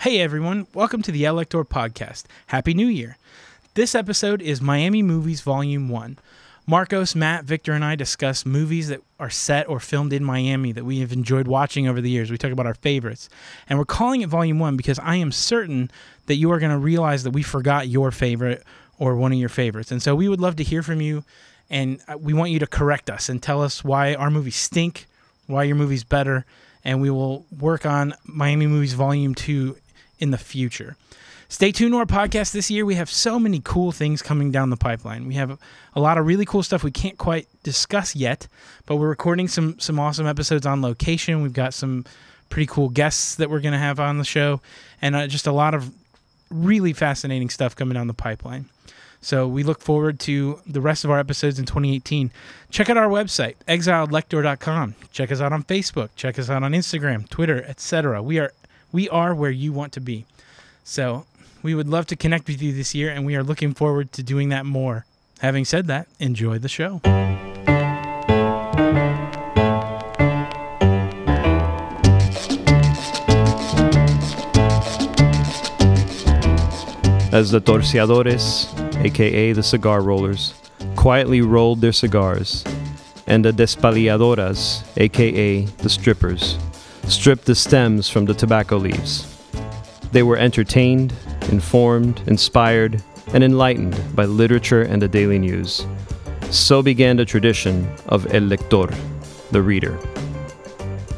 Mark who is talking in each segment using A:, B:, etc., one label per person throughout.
A: Hey everyone, welcome to the Elector Podcast. Happy New Year. This episode is Miami Movies Volume 1. Marcos, Matt, Victor, and I discuss movies that are set or filmed in Miami that we have enjoyed watching over the years. We talk about our favorites. And we're calling it Volume 1 because I am certain that you are going to realize that we forgot your favorite or one of your favorites. And so we would love to hear from you and uh, we want you to correct us and tell us why our movies stink, why your movie's better, and we will work on Miami Movies Volume 2 in the future. Stay tuned to our podcast this year. We have so many cool things coming down the pipeline. We have a lot of really cool stuff we can't quite discuss yet, but we're recording some some awesome episodes on location. We've got some pretty cool guests that we're going to have on the show and uh, just a lot of really fascinating stuff coming down the pipeline. So we look forward to the rest of our episodes in 2018. Check out our website, exiledlector.com. Check us out on Facebook. Check us out on Instagram, Twitter, etc. We are we are where you want to be. So we would love to connect with you this year, and we are looking forward to doing that more. Having said that, enjoy the show.
B: as the torciadores, aka the cigar rollers, quietly rolled their cigars, and the despaliadoras, aka the strippers, stripped the stems from the tobacco leaves. They were entertained, informed, inspired, and enlightened by literature and the daily news. So began the tradition of El Lector, the reader.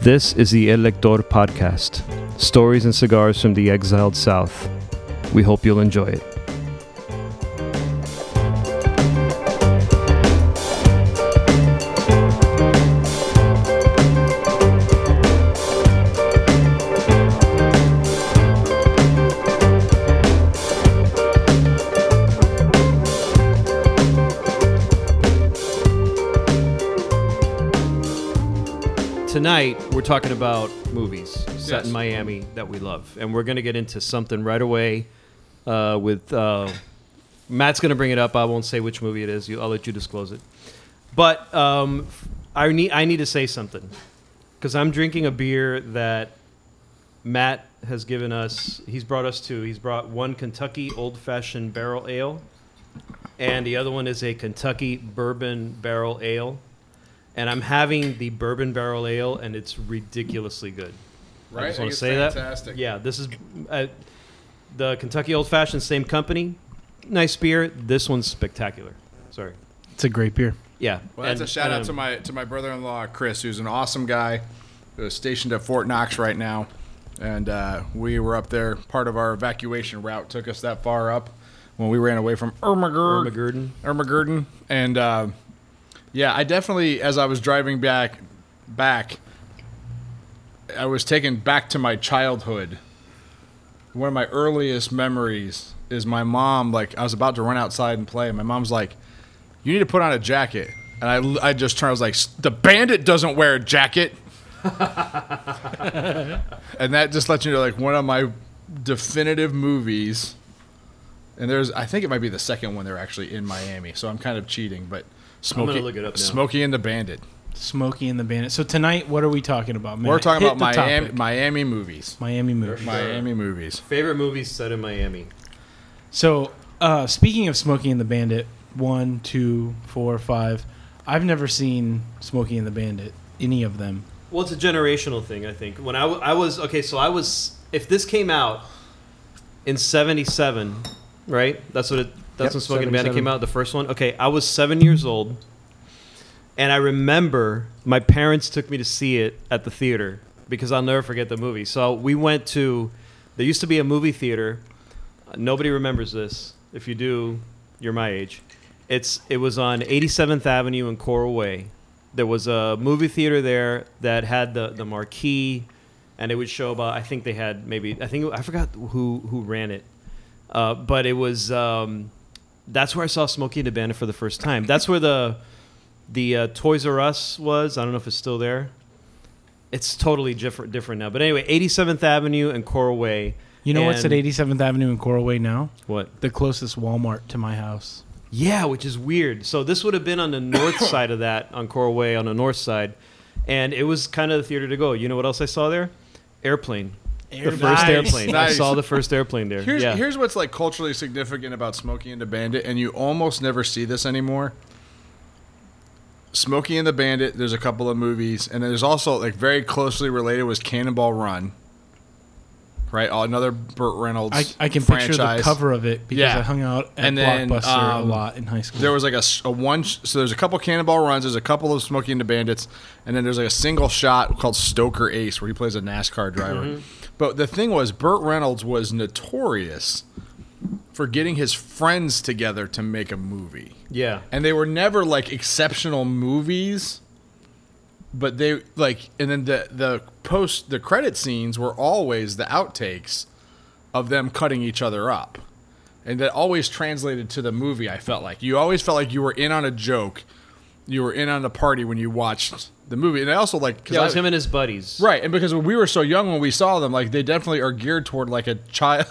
B: This is the El Lector podcast, stories and cigars from the exiled South. We hope you'll enjoy it. Tonight, we're talking about movies set
C: Yes.
B: in Miami that we love. And we're going to get into something right away uh, with uh, Matt's going to bring it up. I won't say which movie it is. You, I'll let you disclose it. But um, I, need, I need to say something because I'm drinking a beer that Matt has given us. He's brought us two. He's brought one Kentucky Old Fashioned Barrel Ale, and the other one is a Kentucky Bourbon Barrel Ale. And I'm having the Bourbon Barrel Ale, and it's ridiculously good. I
C: Right?
B: just
C: I
B: want
C: think
B: to
C: it's
B: say
C: fantastic.
B: that. Yeah, this is uh, the Kentucky Old Fashioned, same company, nice beer. This one's spectacular. Sorry.
A: It's a great beer.
B: Yeah.
C: Well, that's
B: and,
C: a shout out
B: um,
C: to my to my brother-in-law Chris, who's an awesome guy, who's stationed at Fort Knox right now, and uh, we were up there. Part of our evacuation route took us that far up when we ran away from Ermagerd.
B: Irma Gurdon.
C: Ermagerdon. And uh, yeah, I definitely, as I was driving back, back, I was taken back to my childhood. One of my earliest memories is my mom. Like I was about to run outside and play, and my mom's like, "You need to put on a jacket." And I, l- I just turned. I was like, "The bandit doesn't wear a jacket." and that just lets you know, like one of my definitive movies and there's, I think it might be the second one. They're actually in Miami, so I'm kind of cheating. But Smokey,
B: look it up now.
C: Smokey and the Bandit.
A: Smokey and the Bandit. So tonight, what are we talking about, man?
C: We're talking
A: Hit
C: about
A: the
C: Miami,
A: topic.
C: Miami movies.
A: Miami movie.
C: Miami movies.
B: Favorite movies set in Miami.
A: So, uh, speaking of Smokey and the Bandit, one, two, four, five. I've never seen Smokey and the Bandit, any of them.
B: Well, it's a generational thing, I think. When I, w- I was okay, so I was if this came out in '77, right? That's what it. That's
A: Yep,
B: when Smoking Bandit
A: 77.
B: came out, the first one. Okay, I was seven years old, and I remember my parents took me to see it at the theater because I'll never forget the movie. So we went to. There used to be a movie theater. Nobody remembers this. If you do, you're my age. It's it was on 87th Avenue in Coral Way. There was a movie theater there that had the the marquee, and it would show about. I think they had maybe I think I forgot who who ran it, uh, but it was um, that's where I saw Smokey and the Bandit for the first time. That's where the the uh, Toys R Us was. I don't know if it's still there. It's totally different different now. But anyway, 87th Avenue and Coral Way.
A: You know what's at
B: And-
A: 87th Avenue and Coral Way now?
B: What?
A: The closest Walmart to my house.
B: Yeah, which is weird. So this would have been on the north side of that, on Coral Way, on the north side, and it was kind of the theater to go. You know what else I saw there? Airplane. The first
A: Nice.
B: airplane. I
C: Nice.
B: saw the first airplane there.
C: Here's
B: yeah.
C: here's what's like culturally significant about Smokey and the Bandit, and you almost never see this anymore. Smokey and the Bandit. There's a couple of movies, and then there's also like very closely related was Cannonball Run. Right, oh, another Burt Reynolds.
A: I, I can
C: franchise.
A: picture the cover of it because
C: Yeah.
A: I hung out at
C: And then,
A: Blockbuster a
C: um,
A: lot in high school.
C: There was like a, s- a one. sh- So there's a couple Cannonball Runs. There's a couple of Smokey and the Bandits, and then there's like a single shot called Stoker Ace where he plays a NASCAR driver. But the thing was, Burt Reynolds was notorious for getting his friends together to make a movie,
B: yeah.
C: and they were never like exceptional movies. But they like, and then the the post the credit scenes were always the outtakes of them cutting each other up. And that always translated to the movie, I felt like. You always felt like you were in on a joke. You were in on the party when you watched the movie. And I also like cause
B: Yeah, it
C: I-
B: was him and his buddies.
C: Right, and because we were so young when we saw them, like they definitely are geared toward like a child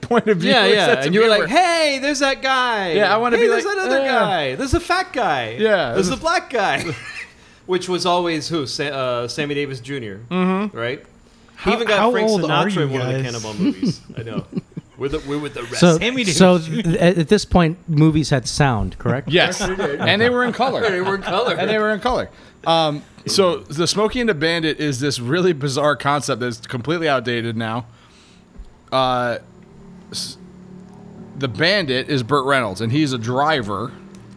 C: point of view.
B: Yeah,
C: It's
B: yeah.
C: such a
B: And you were
C: viewer-
B: like, "Hey, there's that guy."
C: Yeah, I wanna
B: hey,
C: be
B: there's
C: like,
B: that other
C: yeah.
B: guy. There's a fat guy.
C: Yeah.
B: There's the black guy. Which was always who? Sa- uh, Sammy Davis junior Mm-hmm. Right.
A: How-
B: he even got
A: how
B: Frank
A: old are
B: Sinatra
A: you
B: in one of the
A: guys?
B: Cannonball movies. I know. We're, the, we're with the rest.
D: So,
A: Sammy Davis
D: so th- at at this point, movies had sound, correct?
C: Yes, and they were in color.
B: they were in color.
C: and they were in color. Um, so the Smokey and the Bandit is this really bizarre concept that's completely outdated now. Uh, s- the Bandit is Burt Reynolds, and he's a driver.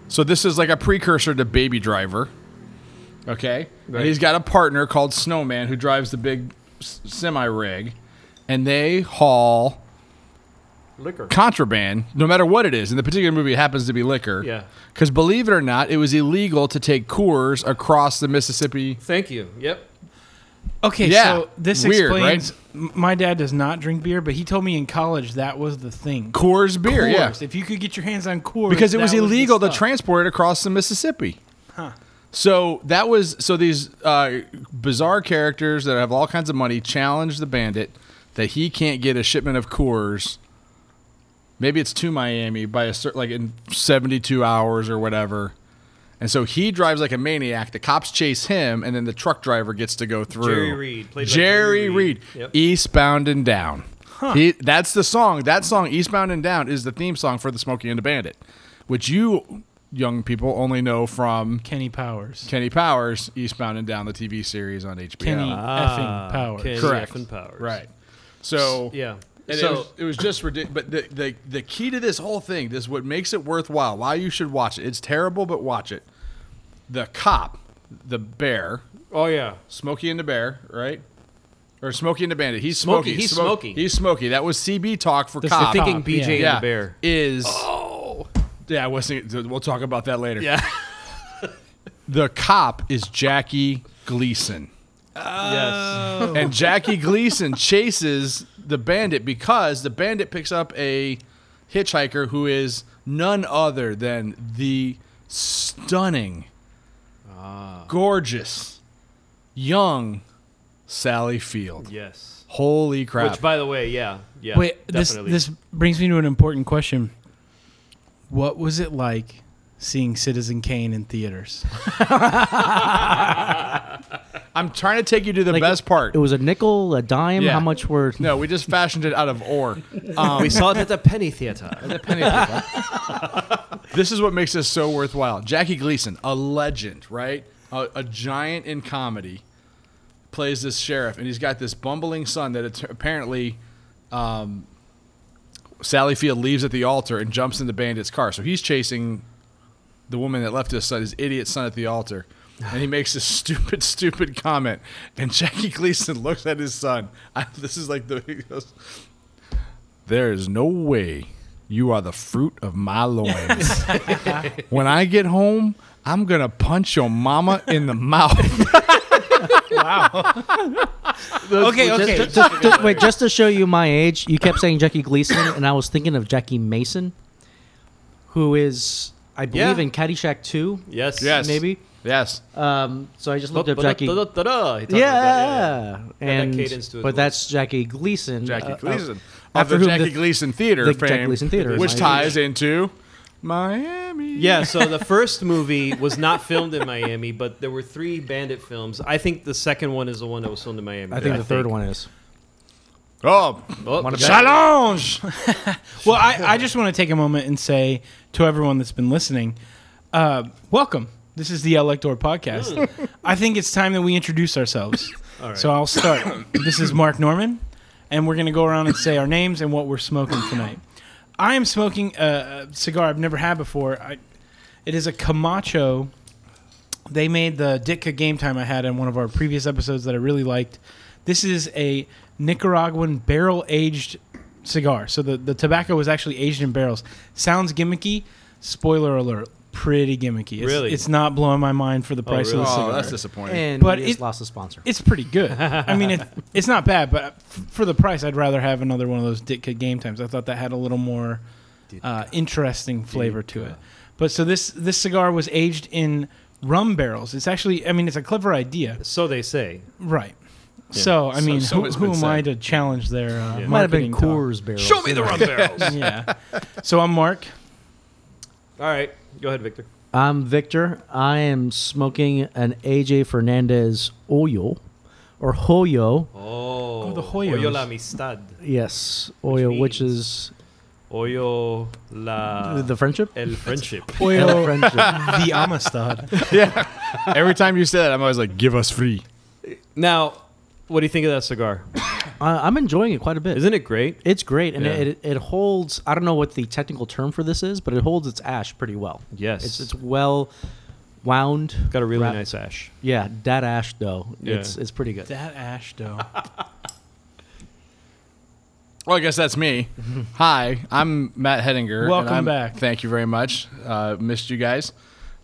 C: So this is like a precursor to Baby Driver. Okay, and he's got a partner called Snowman who drives the big s- semi rig, and they haul
B: Liquor.
C: contraband, no matter what it is. In the particular movie, it happens to be liquor.
B: Yeah.
C: Because believe it or not, it was illegal to take Coors across the Mississippi.
B: Thank you. Yep.
A: Okay,
C: Yeah.
A: so this
C: Weird, right?
A: explains. m- My dad does not drink beer, but he told me in college that was the thing.
C: Coors beer, yeah.
A: Coors. If you could get your hands on Coors,
C: Because it
A: that
C: was
A: the
C: illegal to
A: stuff.
C: transport it across the Mississippi. So that was so these uh, bizarre characters that have all kinds of money challenge the bandit that he can't get a shipment of Coors. Maybe it's to Miami by a certain like in seventy two hours or whatever, and so he drives like a maniac. The cops chase him, and then the truck driver gets to go through.
B: Jerry Reed, played by
C: Jerry,
B: Jerry Reed.
C: Reed,
B: Yep.
C: Eastbound and Down. He, that's the song. That song, Eastbound and Down, is the theme song for the Smokey and the Bandit, which you young people only know from
A: Kenny Powers,
C: Kenny Powers, Eastbound and Down, the TV series on HBO.
A: Kenny
B: Ah,
A: effing Powers.
B: Kenny
C: Correct.
B: effing Powers.
C: Right. So
B: Yeah.
C: and
B: so
C: it, was, it was just ridiculous. But the, the the key to this whole thing, this what makes it worthwhile, why you should watch it. It's terrible, but watch it. The cop, the bear,
B: oh yeah.
C: Smokey and the Bear, right? Or Smokey and the Bandit. He's
B: Smokey,
C: Smokey.
B: he's
C: Smo-
B: Smokey.
C: He's Smokey. That was CB talk for
A: That's the
C: cop. Uh,
A: thing,
B: Thinking
A: Cop,
B: BJ
A: yeah.
B: and
C: yeah,
B: the Bear.
C: is. Oh. Yeah, I wasn't. We'll talk about that later.
B: Yeah.
C: The cop is Jackie Gleason.
B: yes.
C: and Jackie Gleason chases the bandit because the bandit picks up a hitchhiker who is none other than the stunning,
D: Ah.
C: gorgeous, young Sally Field.
B: Yes.
C: Holy crap!
B: Which, by the way, yeah, yeah.
A: Wait, this
B: definitely.
A: this brings me to an important question. What was it like seeing Citizen Kane in theaters?
C: I'm trying to take you to the best part.
D: It was a nickel, a dime.
C: Yeah.
D: How much were?
C: no, we just fashioned it out of ore.
B: we saw it at the Penny Theater.
C: this is what makes this so worthwhile. Jackie Gleason, a legend, right? A, a giant in comedy, plays this sheriff, and he's got this bumbling son that at- apparently um, Sally Field leaves at the altar and jumps in the bandit's car. So he's chasing the woman that left his son, his idiot son, at the altar. And he makes this stupid, stupid comment. And Jackie Gleason looks at his son. I, this is like the. He goes, there is no way you are the fruit of my loins. when I get home, I'm gonna punch your mama in the mouth.
A: okay, okay.
D: Just- just- just- wait, just to show you my age, you kept saying Jackie Gleason, and I was thinking of Jackie Mason, who is, I believe,
B: Yeah.
D: in Caddyshack 2,
B: yes.
C: Yes.
D: maybe.
C: yes.
D: Um, so I just looked up Jackie. Yeah,
B: Da-da-da-da-da. He talked about that,
D: and
B: cadence to his
D: but
B: voice.
D: that's Jackie Gleason.
C: Jackie
D: uh, uh,
C: Gleason.
D: after
C: After
D: whom
C: Jackie
D: the-
C: Gleason Theater
D: the
C: fame,
D: Jackie Gleason Theater is
C: which
D: my
C: ties into Miami.
B: Yeah, so the first movie was not filmed in Miami, but there were three bandit films. I think the second one is the one that was filmed in Miami.
D: I think the third one is.
C: Oh,
B: Oh,
A: Challenge. well, I, I just want to take a moment and say to everyone that's been listening, uh, welcome. This is the Elector Podcast. I think it's time that we introduce ourselves.
B: right.
A: So I'll start. this is Mark Norman, and we're going to go around and say our names and what we're smoking tonight. I am smoking a a cigar I've never had before. I, it is a Camacho. They made the Ditka game time I had in one of our previous episodes that I really liked. This is a Nicaraguan barrel aged cigar. So the, the tobacco was actually aged in barrels. Sounds gimmicky. Spoiler alert, pretty gimmicky. It's,
B: Really?
A: It's not blowing my mind for the price
B: really?
A: of the
C: oh
A: cigar.
C: that's disappointing.
D: And
A: But
D: we just
A: it-
D: lost a sponsor.
A: it's pretty good. I mean, it, it's not bad, but f- for the price, I'd rather have another one of those Ditka game times. I thought that had a little more uh, interesting flavor to it. But so this this cigar was aged in rum barrels. It's actually, I mean, it's a clever idea,
B: So they say.
A: right? So I
C: So-
A: mean,
C: so
A: who,
C: it's
A: who
C: been
A: am I
C: said.
A: to challenge their? Uh,
D: Might have
A: marketing
D: been
A: talk?
D: Coors Barrel.
B: me the rum barrels. All
A: Yeah. So I'm Mark.
B: right, go ahead, Victor.
D: I'm Victor. I am smoking an AJ Fernandez Oyo or Hoyo.
B: Oh,
A: the Hoyos.
B: Hoyo la amistad.
D: Yes, Oyo, which, is
B: Hoyo la
D: the friendship.
B: el friendship.
D: Oyo friendship.
A: the Amistad.
C: Every time you say that, I'm always like, "Give us free."
B: Now, what do you think of that cigar?
D: I, I'm enjoying it quite a bit.
B: Isn't it great?
D: It's great, and
B: Yeah.
D: it, it, it holds. I don't know what the technical term for this is, but it holds its ash pretty well.
B: Yes.
D: it's it's well wound.
B: Got a really
D: Wrap-
B: nice ash.
D: Yeah, that ash though,
B: Yeah.
D: it's it's pretty good.
A: That ash though.
C: Well, I guess that's me. Hi, I'm Matt Hedinger. and
A: Welcome
C: I'm-
A: back.
C: Thank you very much. Uh, missed you guys.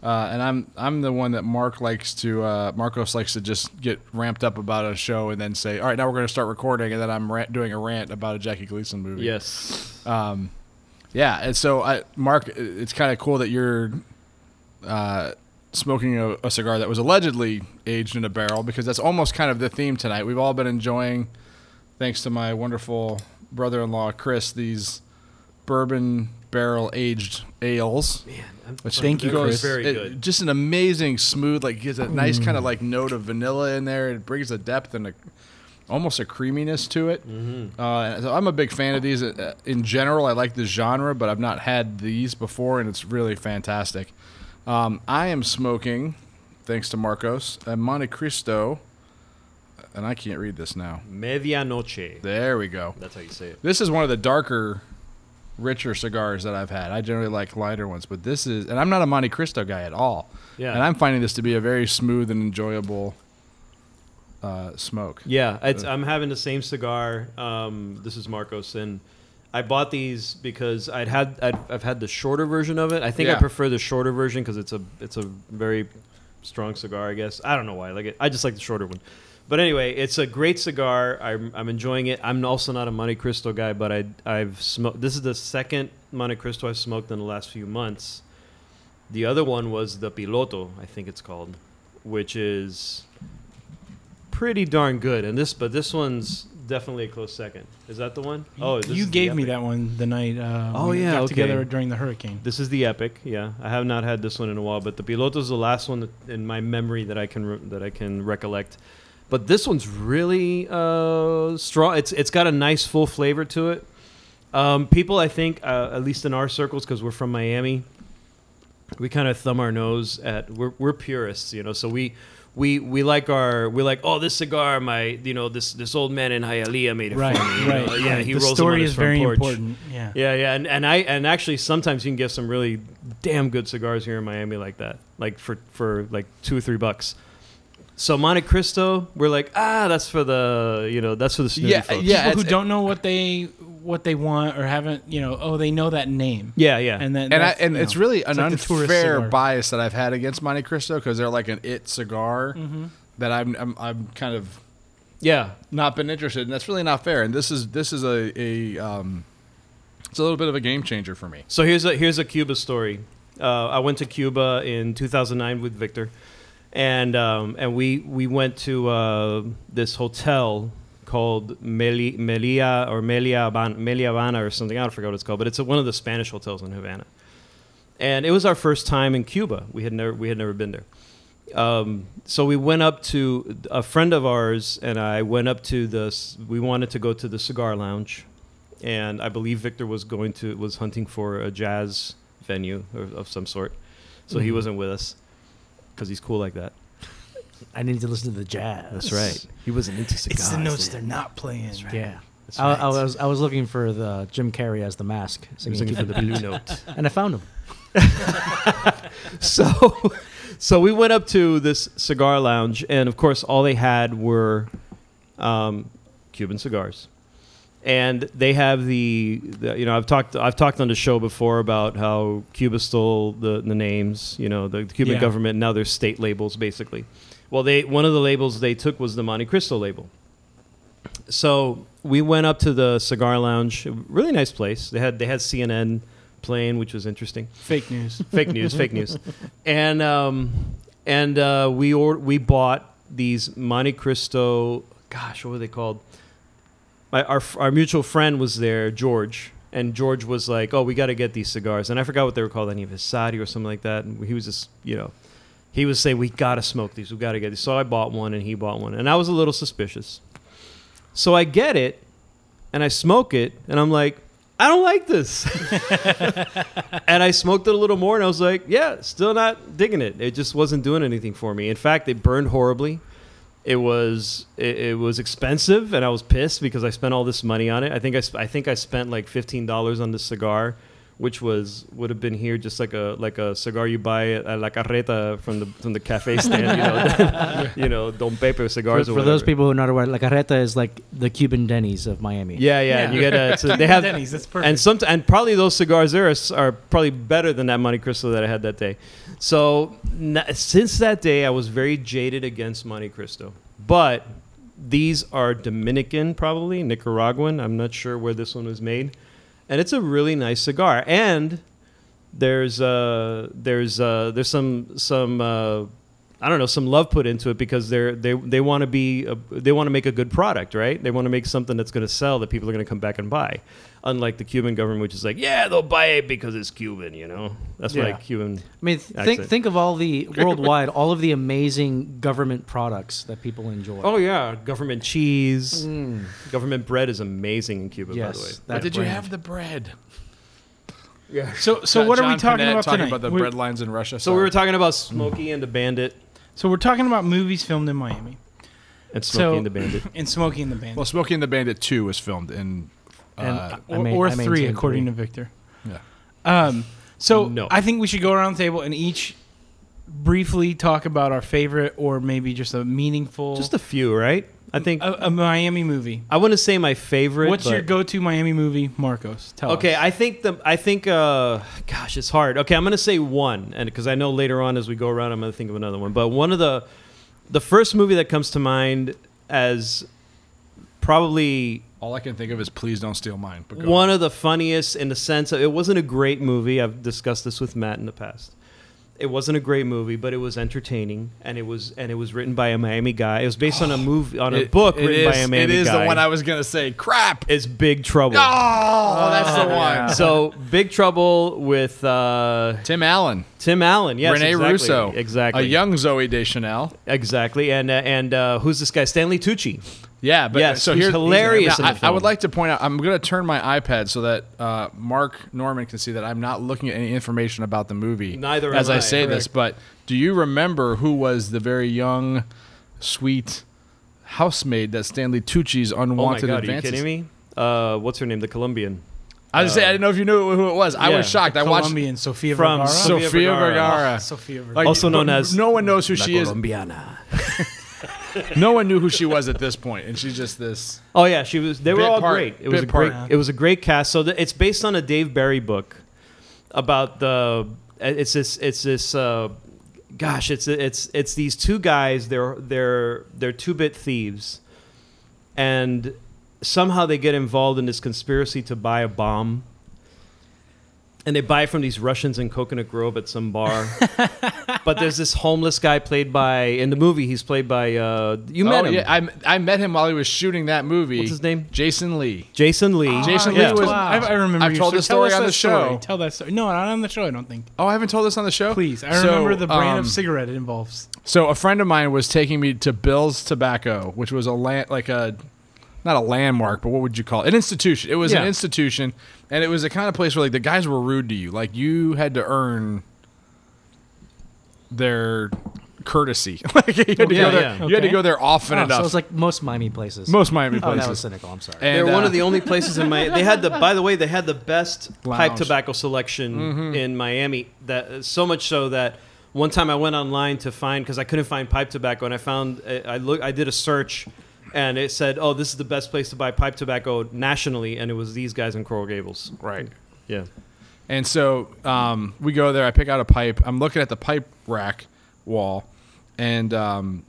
C: Uh, and I'm I'm the one that Mark likes to uh, Marcos likes to just get ramped up about a show and then say, "All right, now we're going to start recording," and then I'm rant, doing a rant about a Jackie Gleason movie.
B: Yes.
C: Yeah, and so I, Mark, i- it's kind of cool that you're uh, smoking a, a cigar that was allegedly aged in a barrel because that's almost kind of the theme tonight. We've all been enjoying, thanks to my wonderful brother-in-law Chris, these bourbon barrel aged ales. Which
A: Thank you,
C: goes-
A: Chris.
B: Very
C: it-
B: good.
C: Just an amazing smooth, like gives a nice kind of like note of vanilla in there. It brings a depth and a almost a creaminess to it. Uh, and so I'm a big fan of these Uh, in general. I like the genre, but I've not had these before, and it's really fantastic. Um, I am smoking, thanks to Marcos, a Monte Cristo, and I can't read this now.
B: Medianoche.
C: There we go.
B: That's how you say it.
C: This is one of the darker, richer cigars that I've had. I generally like lighter ones, but this is, and I'm not a Monte Cristo guy at all.
B: Yeah.
C: And I'm finding this to be a very smooth and enjoyable uh, smoke.
B: Yeah, it's, I'm having the same cigar. Um, this is Marcos, and I bought these because I'd had I'd, I've had the shorter version of it. I think I
C: Yeah.
B: prefer the shorter version because it's a it's a very strong cigar. I guess I don't know why. I Like it, I just like the shorter one. But anyway, it's a great cigar. I'm, I'm enjoying it. I'm also not a Monte Cristo guy, but I I've smoked. This is the second Monte Cristo I've smoked in the last few months. The other one was the Piloto, I think it's called, which is pretty darn good. And this, but this one's definitely a close second. Is that the one? Oh, this
A: you
B: is the
A: gave me
B: Epic.
A: that one the night. Uh,
B: Oh,
A: we
B: yeah,
A: got
B: okay.
A: together during the hurricane.
B: This is the epic. Yeah, I have not had this one in a while, but the Piloto is the last one that, in my memory that I can re- that I can recollect. But this one's really uh, strong. It's it's got a nice full flavor to it. Um, people, I think, uh, at least in our circles, because we're from Miami, we kind of thumb our nose at we're, we're purists, you know. So we we we like our we like oh this cigar my you know this this old man in Hialeah made it
A: Right,
B: for me. you
A: right.
B: know. Yeah,
A: right.
B: he
A: the
B: rolls them on
A: story
B: his
A: is
B: front
A: very
B: porch.
A: important. Yeah.
B: Yeah, yeah, and, and I and actually sometimes you can get some really damn good cigars here in Miami like that, like for for like two or three bucks. So Monte Cristo, we're like ah, that's for the you know that's for the snooty
C: Yeah,
B: folks.
C: yeah.
A: People who
C: it's-
A: don't know what they what they want or haven't, you know, oh, they know that name.
B: yeah, yeah,
A: And then
C: and I,
A: that's,
C: and
A: you know,
C: it's really an
A: like the tourist
C: unfair
A: cigar.
C: bias that I've had against Monte Cristo because they're like an it cigar
A: Mm-hmm.
C: that I'm, I'm I'm kind of
B: yeah.
C: not been interested, in. that's really not fair. And this is this is a, a um, it's a little bit of a game changer for me.
B: So here's a here's a Cuba story. Uh, I went to Cuba in 2009 with Victor, and um, and we we went to uh, this hotel called Meli, Melia or Melia Habana, Melia Habana or something. I don't forget what it's called, but it's one of the Spanish hotels in Havana. And it was our first time in Cuba. We had never we had never been there, um, so we went up to a friend of ours and I went up to the. We wanted to go to the cigar lounge, and I believe Victor was going to was hunting for a jazz venue or, of some sort, so he wasn't with us because he's cool like that.
D: I need to listen to the jazz.
B: That's right. He wasn't into cigars.
A: It's the notes
B: man.
A: they're not playing. That's
D: Yeah.
B: That's
D: I, I
B: right.
D: was I was looking for the Jim Carrey as the mask,
B: He was looking for the blue note.
D: and I found him.
B: So, so we went up to this cigar lounge, and of course, all they had were um, Cuban cigars, and they have the, the you know I've talked I've talked on the show before about how Cuba stole the the names, you know, the Cuban
A: Yeah.
B: government. Now they're state labels, basically. Well, they one of the labels they took was the Monte Cristo label. So we went up to the cigar lounge, really nice place. They had they had CNN playing, which was interesting
A: Fake news.
B: fake news, fake news. And um, and uh, we or- we bought these Monte Cristo. Gosh, what were they called? My our our mutual friend was there, George, and George was like, "Oh, we got to get these cigars." And I forgot what they were called, any of his Sadi or something like that. And he was just, you know, he was saying, "We got to smoke these. We got to get these." So I bought one, and he bought one, and I was a little suspicious. So I get it, and I smoke it, and I'm like, I don't like this. and I smoked it a little more, and I was like, yeah, still not digging it. It just wasn't doing anything for me. In fact, it burned horribly. It was it, it was expensive, and I was pissed because I spent all this money on it. I think I, sp- I think I spent like fifteen dollars on this cigar, which was would have been here just like a like a cigar you buy at La Carreta from the from the cafe stand, you know, you know Don Pepe
D: For,
B: cigars. or
D: for those
B: whatever.
D: people who are not aware, La Carreta is like the Cuban Denny's of Miami.
B: Yeah, yeah.
A: Yeah.
B: And you get a, so they have
A: Denny's, that's perfect.
B: and some and probably those cigars there are, s- are probably better than that Monte Cristo that I had that day. So n- since that day, I was very jaded against Monte Cristo. But these are Dominican, probably Nicaraguan. I'm not sure where this one was made, and it's a really nice cigar. And there's uh there's uh there's some some uh I don't know some love put into it because they're they they want to be a, they want to make a good product right they want to make something that's going to sell that people are going to come back and buy unlike the Cuban government which is like yeah they'll buy it because it's Cuban you know that's why
D: Yeah.
B: Cuban
D: I mean, th- think
B: Accent.
D: think of all the worldwide, all of the amazing government products that people enjoy.
B: oh yeah government cheese government bread is amazing in Cuba by the way
D: yes, that
C: But did you
D: brand.
C: have the bread?
A: So so what are we
C: John
A: talking
C: Panette
A: about
C: talking
A: tonight?
C: about the
A: We're-
C: bread lines in Russia.
B: so we were talking about Smokey and the Bandit
A: so we're talking about movies filmed in Miami
B: and Smokey
A: So-
B: and the Bandit
A: and Smokey and the Bandit.
C: Well, Smokey and the Bandit 2 was filmed in. Uh,
D: I
A: or
D: main-
A: or
D: I
A: three,
D: maintain
A: according to
D: three.
A: Victor.
C: yeah.
A: Um, so
B: No.
A: I think we should go around the table and each briefly talk about our favorite or maybe just a meaningful
B: just a few right I think
A: a, a Miami movie.
B: I wouldn't say my favorite
A: Oh. What's your
B: but-
A: go-to Miami movie, Marcos? Tell
B: Okay,
A: us.
B: I think the I think uh, gosh, it's hard. Okay, I'm gonna say one, and because I know later on as we go around, I'm gonna think of another one. But one of the the first movie that comes to mind as probably
C: All I can think of is please don't steal mine. But go
B: one of the funniest in the sense of it wasn't a great movie. I've discussed this with Matt in the past. It wasn't a great movie, but it was entertaining, and it was and it was written by a Miami guy. It was based on a movie on a
C: It-
B: book
C: it
B: written by
C: is-
B: a Miami
C: It is
B: guy.
C: the one I was going to say. Crap.
B: It's Big Trouble.
C: Oh, that's
B: Ah,
C: the one.
B: So Big Trouble with uh,
C: Tim Allen,
B: Tim Allen, yes,
C: Rene
B: exactly.
C: Russo, Uh,
B: exactly,
C: a young Zoe Deschanel.
B: exactly, and uh, and uh, who's this guy? Stanley Tucci.
C: Yeah, but
B: Yes,
C: so
B: who's
C: here's
B: hilarious
C: Now,
B: in the
C: I, I would
B: film.
C: like to point out. I'm going to turn my iPad so that uh, Mark Norman can see that I'm not looking at any information about the movie.
B: Neither
C: as
B: am
C: I,
B: I,
C: say this, but do you remember who was the very young, sweet housemaid that Stanley Tucci's unwanted
B: oh my god,
C: advances?
B: are you kidding me? Uh, what's her name? The Colombian
C: I was just saying I didn't know if you knew who it was. I was
B: yeah,
C: shocked. I watched
A: Colombian Sofia
B: from
A: Vergara.
B: So-
C: Sofia
B: Sofia
C: Vergara.
B: Vergara.
A: Sofia Vergara.
C: Like,
B: Also known
C: but
B: as
C: no one knows who she is.
B: Colombiana.
C: No one knew who she was at this point, and she's just this.
B: Oh yeah, she was. They were
C: Bit
B: all
C: part-
B: great. It was a
C: bit
B: great.
A: part.
B: It was a great cast. So th- it's based on a Dave Barry book about the. It's this. It's this. Uh, gosh, it's it's it's these two guys. They're they're they're two bit thieves, and somehow they get involved in this conspiracy to buy a bomb. And they buy it from these Russians in Coconut Grove at some bar. But there's this homeless guy played by in the movie. He's played by uh, you met
C: oh,
B: him,
C: yeah, I, I met him while he was shooting that movie.
B: What's his name?
C: Jason Lee.
B: Jason Lee.
A: Oh,
C: Jason
B: Yeah.
C: Lee was.
A: I, I remember.
C: I've
A: your
C: told
A: story.
C: this
A: Tell
C: story
A: us
C: on
A: that
C: the show.
A: story. Tell that story. No, not on the show. I don't think.
C: Oh, I haven't told this on the show.
A: Please, I
C: So,
A: remember the brand
C: um,
A: of cigarette involves.
C: So a friend of mine was taking me to Bill's Tobacco, which was a land like a not a landmark, but what would you call it? An institution. It was an
B: Yeah.
C: institution, and it was the kind of place where like the guys were rude to you. Like you had to earn their courtesy. like you had, to,
B: Yeah,
C: go there,
B: yeah.
C: you had to
A: Okay.
C: go there often
D: Oh,
C: enough.
D: so it's like most Miami places.
C: Most Miami
D: Oh,
C: places.
D: that was cynical. I'm sorry.
C: And,
B: They're one
C: uh,
B: of the only places in Miami. They had the, by the way, they had the best pipe
C: Lounge. Mm-hmm.
B: tobacco selection in Miami. That so much so that one time I went online to find because I couldn't find pipe tobacco, and I found uh, I I look I did a search, and it said, "Oh, this is the best place to buy pipe tobacco nationally," and it was these guys in Coral Gables.
C: right.
B: Yeah,
C: And so um, we go there. I pick out a pipe. I'm looking at the pipe rack wall, and um,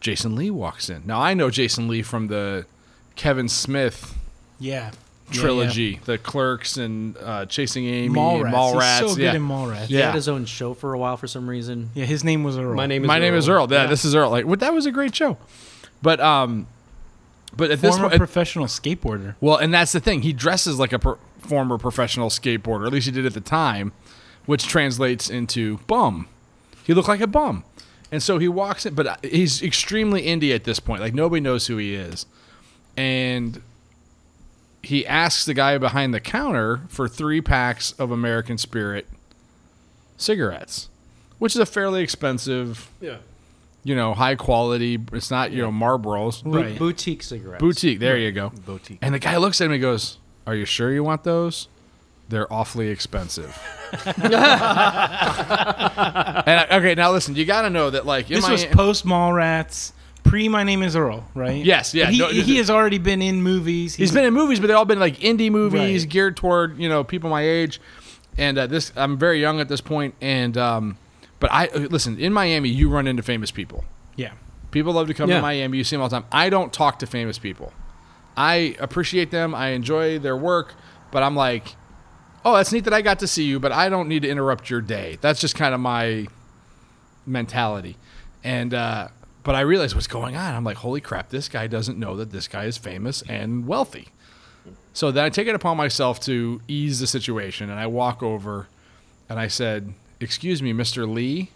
C: Jason Lee walks in. Now I know Jason Lee from the Kevin Smith
A: Yeah.
C: trilogy, the Clerks and uh, Chasing Amy,
A: Mallrats.
C: and Mallrats.
A: He's so
C: yeah.
A: good in Mallrats.
D: He
C: Yeah.
D: had his own show for a while for some reason.
A: Yeah, his name was Earl.
B: my name is
C: My
B: Earl.
C: name is Earl. Yeah, this is Earl. Like, well, that was a great show. But um, but at this
A: Former
C: point,
A: professional skateboarder.
C: Well, and that's the thing. He dresses like a pro- former professional skateboarder, at least he did at the time, which translates into bum. He looked like a bum. And so he walks in, but uh, he's extremely indie at this point. Like nobody knows who he is. And he asks the guy behind the counter for three packs of American Spirit cigarettes, which is a fairly expensive,
B: Yeah.
C: you know, high quality. It's not, you know, Marlboros.
D: Bo-
A: Right.
D: Boutique cigarettes.
C: Boutique. There you go.
B: Boutique.
C: And the guy looks at me and goes, "Are you sure you want those? They're awfully expensive." and I, okay, now listen. You got to know that like in
A: This
C: my,
A: was post Mallrats, pre My Name Is Earl, right?
C: Yes, yeah,
A: But He,
C: no,
A: he has already been in movies.
C: he's been in movies, but they've all been like indie movies
A: Right.
C: geared toward you know people my age. And uh, this, I'm very young at this point, and um, but I listen in Miami. You run into famous people.
A: Yeah.
C: People love to come
B: Yeah.
C: to Miami. You see them all the time. I don't talk to famous people. I appreciate them. I enjoy their work, but I'm like, oh, that's neat that I got to see you, but I don't need to interrupt your day. That's just kind of my mentality. And uh, but I realized what's going on. I'm like, holy crap, this guy doesn't know that this guy is famous and wealthy. So then I take it upon myself to ease the situation, and I walk over, and I said, "Excuse me, Mr. Lee."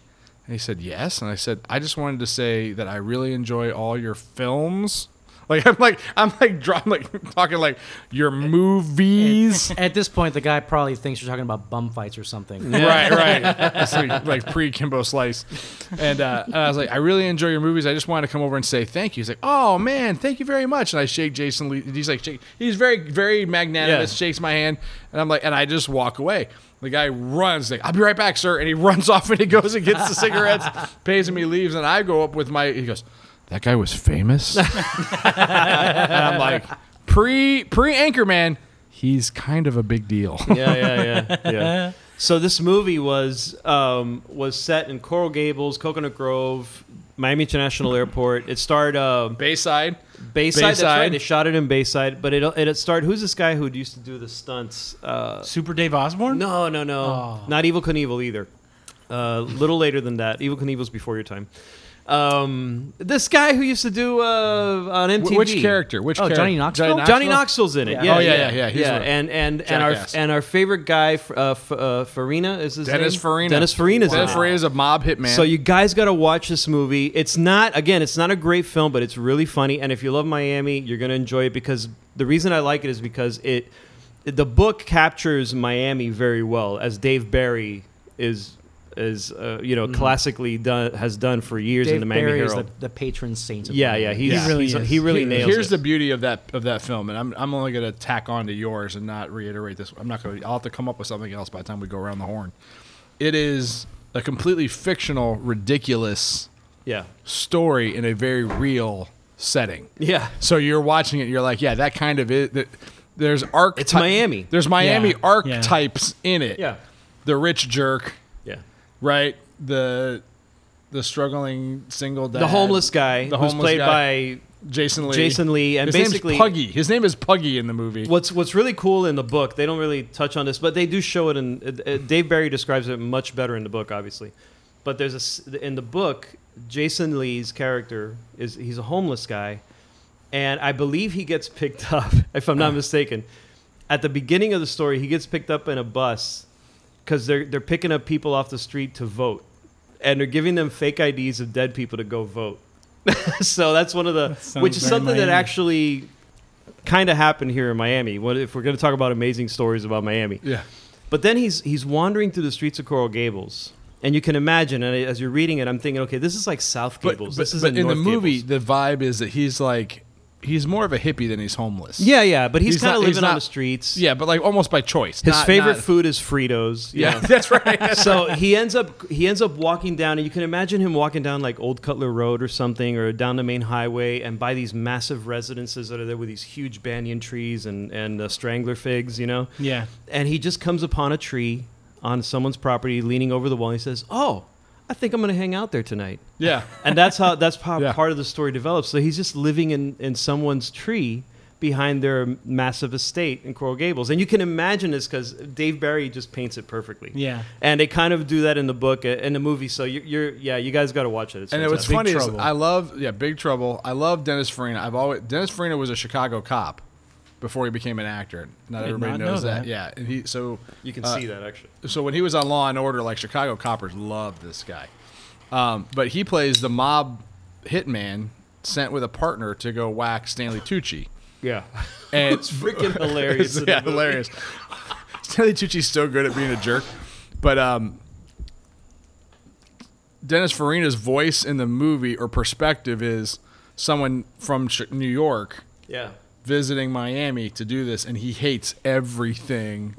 C: And he said, "Yes." And I said, "I just wanted to say that I really enjoy all your films." Like I'm like I'm like drawing like talking like your movies.
D: At this point, the guy probably thinks you're talking about bum fights or something.
C: Right, right. It's like, like pre Kimbo Slice. And, uh, and I was like, I really enjoy your movies. I just wanted to come over and say thank you. He's like, oh, man, thank you very much. And I shake Jason Lee. He's like, shake. he's very, very magnanimous,
B: Yeah.
C: shakes my hand. And I'm like, and I just walk away. The guy runs, like, I'll be right back, sir. And he runs off and he goes and gets the cigarettes, pays him, he leaves. And I go up with my, he goes, that guy was famous. and I'm like, pre pre Anchorman, he's kind of a big deal.
B: yeah, yeah, yeah, yeah. So this movie was um, was set in Coral Gables, Coconut Grove, Miami International Airport. It starred um,
C: Bayside.
B: Bayside. That's right.
C: Bayside.
B: They shot it in Bayside, but it it starred. Who's this guy who used to do the stunts? Uh,
A: Super Dave Osborne?
B: no, no, no.
A: Oh.
B: Not Evil Knievel either. A little later than that. Evil Knievel's before your time. Um, this guy who used to do uh, on
C: Wh-
B: MTV.
C: Which character? Which
D: Oh,
C: character?
D: Johnny Knoxville?
B: Johnny Knoxville's in it.
D: Yeah.
B: Yeah,
C: Oh, yeah,
B: yeah,
C: yeah, yeah, he's
B: yeah.
C: one of-
B: And and and our
C: Jackass.
B: and our favorite guy, f- uh, f- uh, Farina, is his
C: Dennis
B: name?
C: Farina.
B: Dennis Farina's in
C: Dennis
B: it.
C: Farina is a mob hitman.
B: So you guys got to watch this movie. It's not again, it's not a great film, but it's really funny. And if you love Miami, you're gonna enjoy it because the reason I like it is because it, the book captures Miami very well, as Dave Barry is is uh, you know classically done has done for years in
D: Dave
B: the Miami
D: Barry is
B: Herald.
D: the, the patron saint. Of
B: yeah,
D: Miami.
B: yeah, he's,
A: He really
B: he's-
A: is.
B: he really
A: Here-
B: nails
C: here's
B: it.
C: the beauty of that of that film, and I'm, I'm only going to tack on to yours and not reiterate this. I'm not going. to I'll have to come up with something else by the time we go around the horn. It is a completely fictional, ridiculous
B: yeah
C: story in a very real setting.
B: yeah.
C: So you're watching it, and you're like, yeah, that kind of is. That, there's arc.
B: It's Miami.
C: There's Miami
A: Yeah, yeah.
C: archetypes in it.
B: Yeah.
C: the rich jerk,
B: Yeah.
C: right? The the struggling single dad,
B: The homeless guy
C: the
B: who's
C: homeless
B: played
C: guy.
B: by
C: Jason Lee.
B: Jason Lee, and
C: His
B: basically-
C: name's Puggy. His name is Puggy in the movie.
B: What's what's really cool in the book, they don't really touch on this, but they do show it in uh, uh, Dave Barry describes it much better in the book obviously. But there's a s- in the book, Jason Lee's character is he's a homeless guy, and I believe he gets picked up, if
A: Uh.
B: I'm not mistaken. At the beginning of the story, he gets picked up in a bus because they're they're picking up people off the street to vote, and they're giving them fake IDs of dead people to go vote. so that's one of the
A: sounds
B: which is
A: very
B: something that
A: Miami.
B: actually kind of happened here in Miami. What if we're going to talk about amazing stories about Miami?
C: Yeah.
B: But then he's he's wandering through the streets of Coral Gables, and you can imagine. And as you're reading it, I'm thinking, okay, this is like South
C: But,
B: Gables.
C: but-
B: this is
C: but in the
B: North
C: movie,
B: Gables.
C: the vibe is that he's like, he's more of a hippie than he's homeless.
B: Yeah, yeah, but he's,
C: He's
B: kind of
C: not- he's
B: living on
C: not-
B: the streets.
C: Yeah, but like almost by choice.
B: his
C: Not-
B: favorite
C: not-
B: food is Fritos. you
C: Yeah,
B: know.
C: that's right.
B: so he ends up he ends up walking down, and you can imagine him walking down like Old Cutler Road or something, or down the main highway, and by these massive residences that are there with these huge banyan trees and and uh, strangler figs, you know.
A: Yeah.
B: and he just comes upon a tree on someone's property leaning over the wall and he says oh i think i'm going to hang out there tonight
C: Yeah.
B: and that's how that's how
C: Yeah.
B: part of the story develops so he's just living in in someone's tree behind their massive estate in coral gables and you can imagine this because dave barry just paints it perfectly
A: Yeah.
B: and they kind of do that in the book uh, in the movie so you're, you're yeah you guys got to watch it it's
C: And it was
B: fantastic.
C: funny. is
A: Trouble.
C: I love yeah, Big Trouble. I love Dennis Farina. I've always Dennis Farina was a Chicago cop before he became an actor. Not
A: Did
C: everybody
A: not
C: knows
A: know
C: that.
A: that.
C: Yeah, and he so
B: you can
C: uh,
B: see that actually
C: so when he was on Law and Order, like Chicago coppers loved this guy. Um, but he plays the mob hitman sent with a partner to go whack Stanley Tucci.
B: yeah
C: And
B: it's freaking hilarious in the
C: yeah,
B: movie.
C: hilarious. Stanley Tucci's so good at being a jerk, but um, Dennis Farina's voice in the movie or perspective is someone from Ch- New York
B: yeah
C: visiting Miami to do this, and he hates everything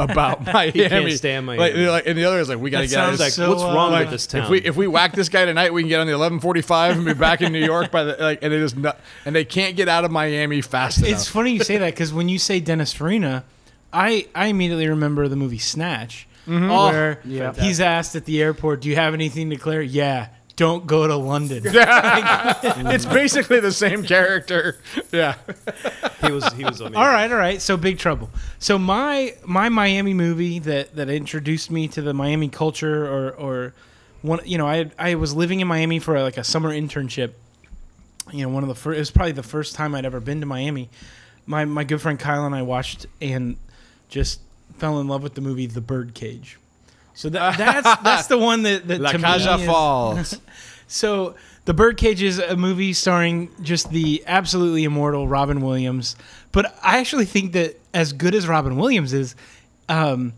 C: about Miami.
B: stand Miami.
C: Like, they're like- and the other is like, we got to
A: That
C: get out of
A: sounds
C: this
B: like
A: So,
B: what's wrong
A: uh,
B: with this town
C: if we if we whack this guy tonight, we can get on the eleven forty five and be back in New York by the like, and it is not, and they can't get out of Miami fast enough.
A: It's funny you say that because when you say Dennis Farina, I I immediately remember the movie Snatch,
C: Mm-hmm.
A: where
C: Oh,
D: yeah.
A: he's asked at the airport, "Do you have anything to declare?" Yeah, don't go to London.
C: it's basically the same character. Yeah,
B: he was he was amazing.
A: All right, all right. So Big Trouble. So my my Miami movie that that introduced me to the Miami culture, or or one, you know, I I was living in Miami for like a summer internship. You know, one of the first. It was probably the first time I'd ever been to Miami. My my good friend Kyle and I watched and just fell in love with the movie The Birdcage. So that, that's that's the one that, that
C: La
A: to me
C: Casa
A: is-
C: Falls.
A: so, The Birdcage is a movie starring just the absolutely immortal Robin Williams. But I actually think that as good as Robin Williams is, um,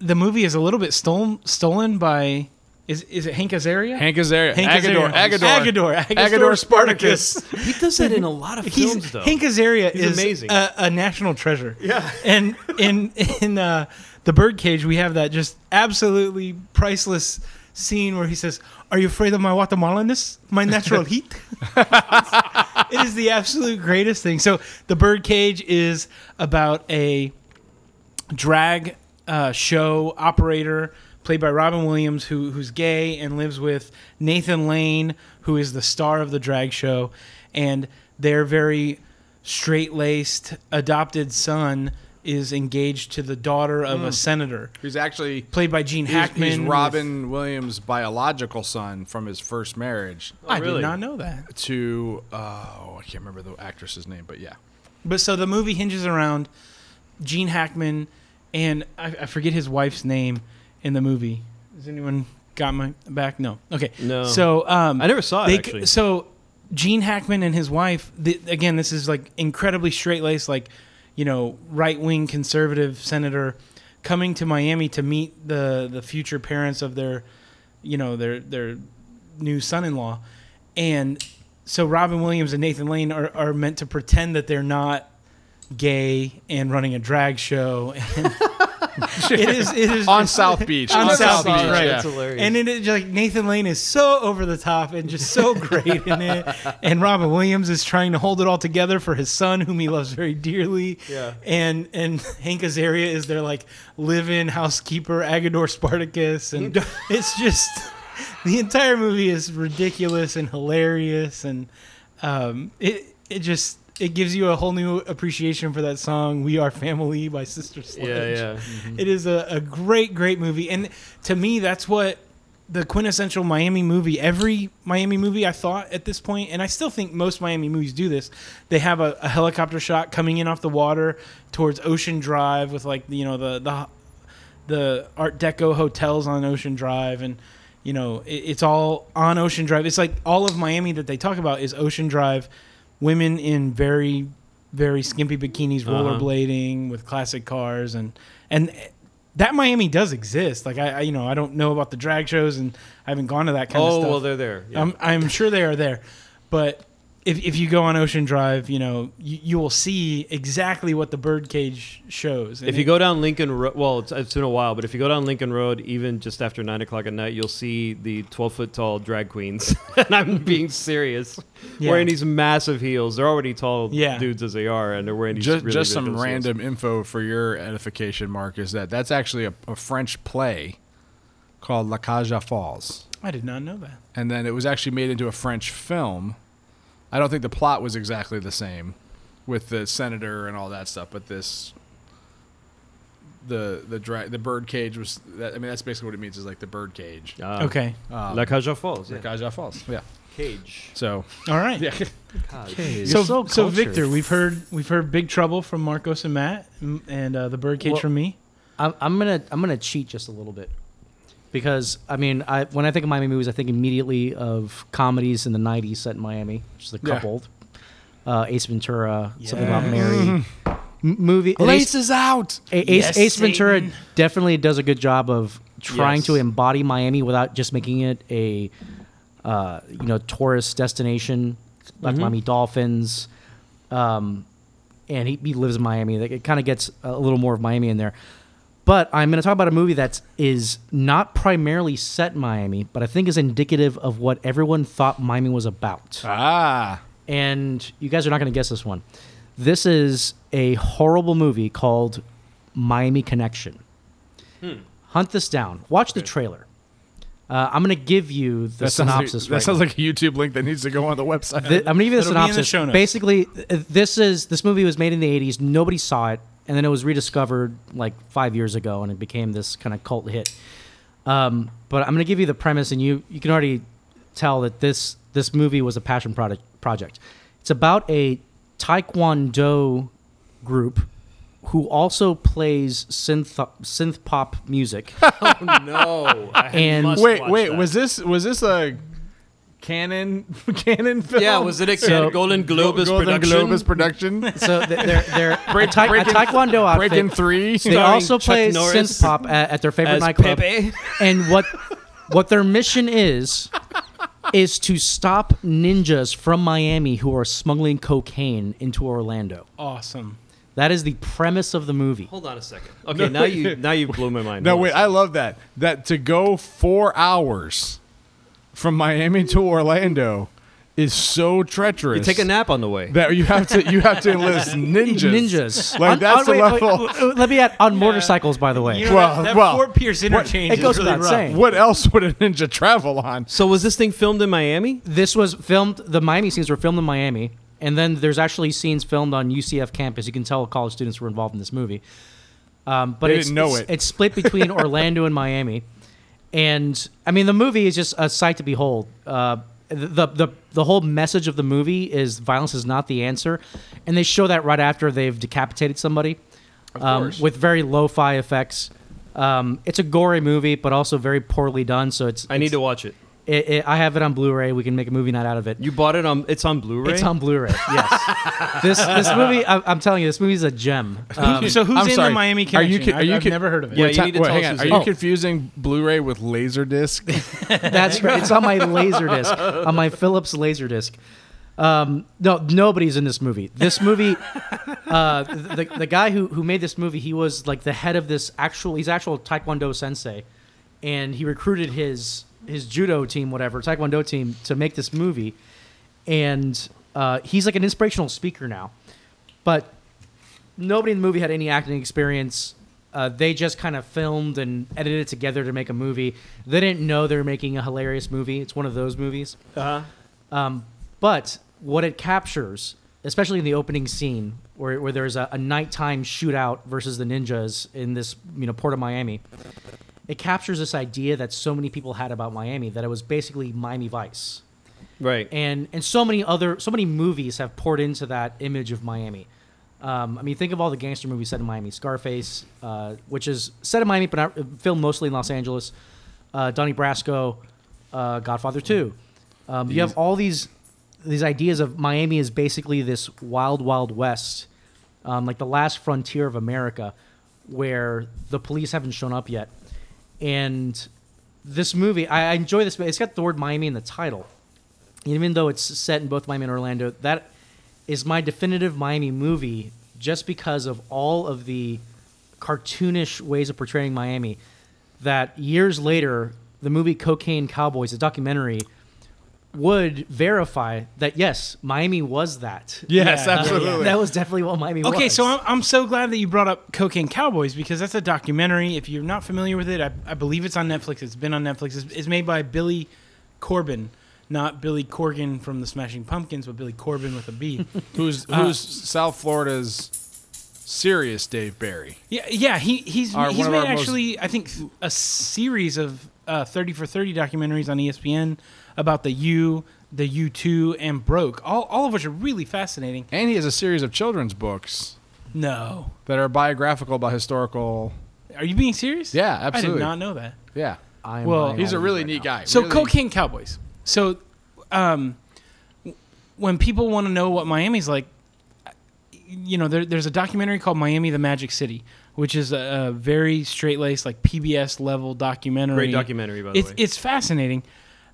A: the movie is a little bit stolen stolen by is is it Hank Azaria?
C: Hank Azaria,
A: Hank
C: Agador,
A: Azaria.
C: Agador,
A: Agador,
C: Agador
A: Spartacus.
C: Spartacus.
B: he does that in a lot of
A: He's,
B: films though
A: Hank Azaria
B: He's
A: is
B: amazing.
A: A, a national treasure.
B: Yeah.
A: And in in uh, the Birdcage, we have that just absolutely priceless scene where he says, "Are you afraid of my Guatemalanness, my natural heat?" it is the absolute greatest thing. So the Birdcage is about a drag uh, show operator played by Robin Williams, who who's gay and lives with Nathan Lane, who is the star of the drag show, and their very straight laced adopted son is engaged to the daughter of a senator,
C: Who's actually
A: played by Gene
C: Hmm. he's,
A: Hackman.
C: he's
A: with-
C: Robin Williams' biological son from his first marriage
A: I
B: Really?
A: did not know that.
C: to oh, I can't remember the actress's name, but yeah,
A: But so the movie hinges around Gene Hackman and I, I forget his wife's name in the movie. Has anyone got my back? No. Okay.
B: No.
A: So um,
B: I never saw it,
A: they-
B: actually.
A: So Gene Hackman and his wife. The, again, this is like incredibly straight laced, like you know, right wing conservative senator coming to Miami to meet the the future parents of their, you know, their their new son in law, and so Robin Williams and Nathan Lane are, are meant to pretend that they're not gay and running a drag show. And it is it is
C: on
A: just-
C: South Beach,
A: On South Beach,
B: That's
A: right.
C: yeah.
B: hilarious.
A: And it is like Nathan Lane is so over the top and just so great in it. And Robin Williams is trying to hold it all together for his son, whom he loves very dearly.
B: Yeah.
A: And and Hank Azaria is their like live-in housekeeper, Agador Spartacus, and it's just the entire movie is ridiculous and hilarious, and um, it it just it gives you a whole new appreciation for that song "We Are Family" by Sister Sledge.
B: yeah, yeah.
A: It is a, a great, great movie. And to me, that's what the quintessential Miami movie. Every Miami movie, I thought at this point, and I still think most Miami movies do this. They have a, a helicopter shot coming in off the water towards Ocean Drive with like you know the the the Art Deco hotels on Ocean Drive, and you know it, it's all on Ocean Drive. It's like all of Miami that they talk about is Ocean Drive, women in very very skimpy bikinis, rollerblading with classic cars, and and that Miami does exist. Like I, I you know I don't know about the drag shows, and I haven't gone to that kind of
B: Oh
A: stuff.
B: well, they're there. Yeah.
A: I'm, I'm sure they are there. But if, if you go on Ocean Drive, you know, you, you will see exactly what the birdcage shows. And
B: if you
A: it-
B: go down Lincoln Road, well, it's, it's been a while, but if you go down Lincoln Road, even just after nine o'clock at night, you'll see the twelve foot tall drag queens, and I'm being serious,
A: Yeah.
B: wearing these massive heels. They're already tall
A: Yeah.
B: dudes as they are, and they're wearing these
C: just
B: really
C: just
B: big
C: some
B: heels.
C: random info for your edification, Mark, is that that's actually a, a French play called La Caja Falls,
A: I did not know that.
C: and then it was actually made into a French film. I don't think the plot was exactly the same with the senator and all that stuff, but this the the dra- the bird cage was. That, I mean, that's basically what it means is like the bird cage.
B: Ah.
A: okay.
C: Um,
B: La Caja Falls.
C: La
B: Yeah.
C: Caja Falls. Yeah.
B: Cage.
C: So
A: All right.
C: yeah.
D: You're
A: So,
D: so
A: so,
D: cultured.
A: Victor, we've heard we've heard Big Trouble from Marcos and Matt, m- and uh, the Birdcage
D: Well-
A: from me.
D: I'm, I'm gonna I'm gonna cheat just a little bit because I mean I when I think of Miami movies I think immediately of comedies in the '90s set in Miami, which is the
C: Yeah.
D: coupled, uh, Ace Ventura, something about
A: Yes.
D: Mary, m- movie. and Ace,
C: is out.
D: A- Ace,
A: Yes,
D: Ace Ventura
A: Satan.
D: definitely does a good job of trying
B: Yes.
D: to embody Miami without just making it a uh, you know tourist destination like
A: Mm-hmm.
D: Miami Dolphins. Um, and he, he lives in Miami. Like it kind of gets a little more of Miami in there. But I'm going to talk about a movie that is not primarily set in Miami, but I think is indicative of what everyone thought Miami was about.
C: Ah.
D: And you guys are not going to guess this one. This is a horrible movie called Miami Connection.
C: Hmm.
D: Hunt this down. Watch the trailer. Uh, I'm going to give you the synopsis.
C: Sounds like, that
D: right
C: sounds
D: now.
C: like a YouTube link that needs to go on the website.
D: Th- I'm gonna give you the
A: It'll be in the
D: synopsis.
A: show notes.
D: Basically, th- this is this movie was made in the '80s. Nobody saw it, and then it was rediscovered like five years ago, and it became this kind of cult hit. Um, but I'm gonna give you the premise, and you you can already tell that this this movie was a passion product project. It's about a Taekwondo group who also plays synth synth pop music.
B: Oh, no. I
D: And-
B: must
C: wait,
B: watch
C: wait,
B: that.
C: was this was this a canon canon film?
B: yeah? Was it a
D: So-
B: Golden
C: Go-
B: Globus
C: Golden
B: production?
C: Globus production?
D: so th- they're they're a, ta- a
C: breaking-
D: Taekwondo outfit.
C: Breaking three.
D: They
B: Starring
D: also
B: Chuck
D: play
B: Norris
D: synth pop at, at their favorite
B: as
D: nightclub.
B: Pepe.
D: And what what their mission is is to stop ninjas from Miami who are smuggling cocaine into Orlando.
A: Awesome.
D: That is the premise of the movie.
B: Hold on a second. Okay, now you now you blew my mind.
C: No,
B: Hold
C: wait,
B: on a
C: I love that. That to go four hours from Miami to Orlando is so treacherous.
B: second. take a nap on the way.
C: That you have to you have to enlist ninjas.
D: Ninjas.
C: Like
D: On-
C: that's
D: on-
C: the
D: wait, wait,
C: level.
D: wait, let me add on motorcycles, by the way.
A: You know,
C: Well,
A: that, that
C: well,
A: Fort Pierce interchange
D: it
A: is
D: goes
A: really
D: without
A: rough.
D: saying.
C: What else would a ninja travel on?
B: So was this thing filmed in Miami?
D: This was filmed. The Miami scenes were filmed in Miami, and then there's actually scenes filmed on UCF campus. You can tell college students were involved in this movie. Um, but
C: They
D: it's,
C: didn't know
D: it's-
C: it.
D: It's split between Orlando and Miami, and I mean the movie is just a sight to behold. Uh, the, the the whole message of the movie is violence is not the answer, and they show that right after they've decapitated somebody, um,
C: course.
D: with very lo-fi effects. Um, it's a gory movie, but also very poorly done. So it's
B: I need
D: it's-
B: to watch it.
D: It, it, I have it on Blu-ray. We can make a movie night out of it.
B: You bought it on. It's on Blu-ray.
D: It's on Blu-ray. Yes. this this movie, I, I'm telling you, this movie is a gem. Um,
A: so who's
C: I'm
A: in
C: sorry.
A: the Miami
C: Are
A: connection?
C: you ki- are
A: I've-
C: you
A: I've
C: ki-
A: never heard of it.
B: Yeah,
C: Wait,
B: you
C: ti-
B: need to
C: wait,
B: tell
C: hang
B: us
C: on.
B: who's
C: Are
B: in
C: you
B: it. Oh,
C: confusing Blu-ray with Laserdisc?
D: that's right. It's on my Laserdisc, on my Philips Laserdisc. Um, no, nobody's in this movie. This movie, uh, the, the guy who, who made this movie, he was like the head of this actual, he's actual Taekwondo sensei. And he recruited his, his judo team, whatever, Taekwondo team to make this movie. And uh, he's like an inspirational speaker now. But nobody in the movie had any acting experience. Uh, they just kind of filmed and edited it together to make a movie. They didn't know they were making a hilarious movie. It's one of those movies.
B: Uh-huh.
D: Um, but what it captures, especially in the opening scene, where, where there's a, a nighttime shootout versus the ninjas in this you know port of Miami, it captures this idea that so many people had about Miami that it was basically Miami Vice.
B: Right.
D: And and so many other so many movies have poured into that image of Miami. Um, I mean, think of all the gangster movies set in Miami. Scarface, uh, which is set in Miami but not, filmed mostly in Los Angeles. Uh, Donnie Brasco, uh, Godfather Two. Um, you have all these these ideas of Miami is basically this wild, wild west, um, like the last frontier of America, where the police haven't shown up yet. And this movie, I, I enjoy this. It's got the word Miami in the title, even though it's set in both Miami and Orlando, that is my definitive Miami movie just because of all of the cartoonish ways of portraying Miami. That years later, the movie Cocaine Cowboys, the documentary, would verify that yes, Miami was that.
A: Yes,
D: That-
A: absolutely.
D: That was definitely what Miami was.
A: Okay, so I'm, I'm so glad that you brought up Cocaine Cowboys because that's a documentary. If you're not familiar with it, I, I believe it's on Netflix. It's been on Netflix. It's, it's made by Billy Corbin, not Billy Corgan from the Smashing Pumpkins, but Billy Corbin with a B.
C: Who's who's South Florida's serious Dave Barry?
A: yeah, yeah. He he's
C: Our-
A: he's
C: one of
A: made
C: our most-
A: actually I think th- a series of uh, 30 for 30 documentaries on E ESPN about the U, the U2, and Broke. All all of which are really fascinating.
C: And he has a series of children's books
A: No,
C: that are biographical about historical.
A: are you being serious?
C: Yeah,
A: I
C: absolutely.
A: did not know that.
C: Yeah,
D: I'm
A: Well,
D: Miami
C: he's a
D: right
C: really
D: now.
C: neat guy.
A: So
C: Really-
A: cocaine cowboys. So, um, when people want to know what Miami's like, you know, there, there's a documentary called Miami: The Magic City, which is a, a very straight-laced, like PBS level documentary.
B: Great documentary, by the
A: It's
B: way.
A: it's fascinating,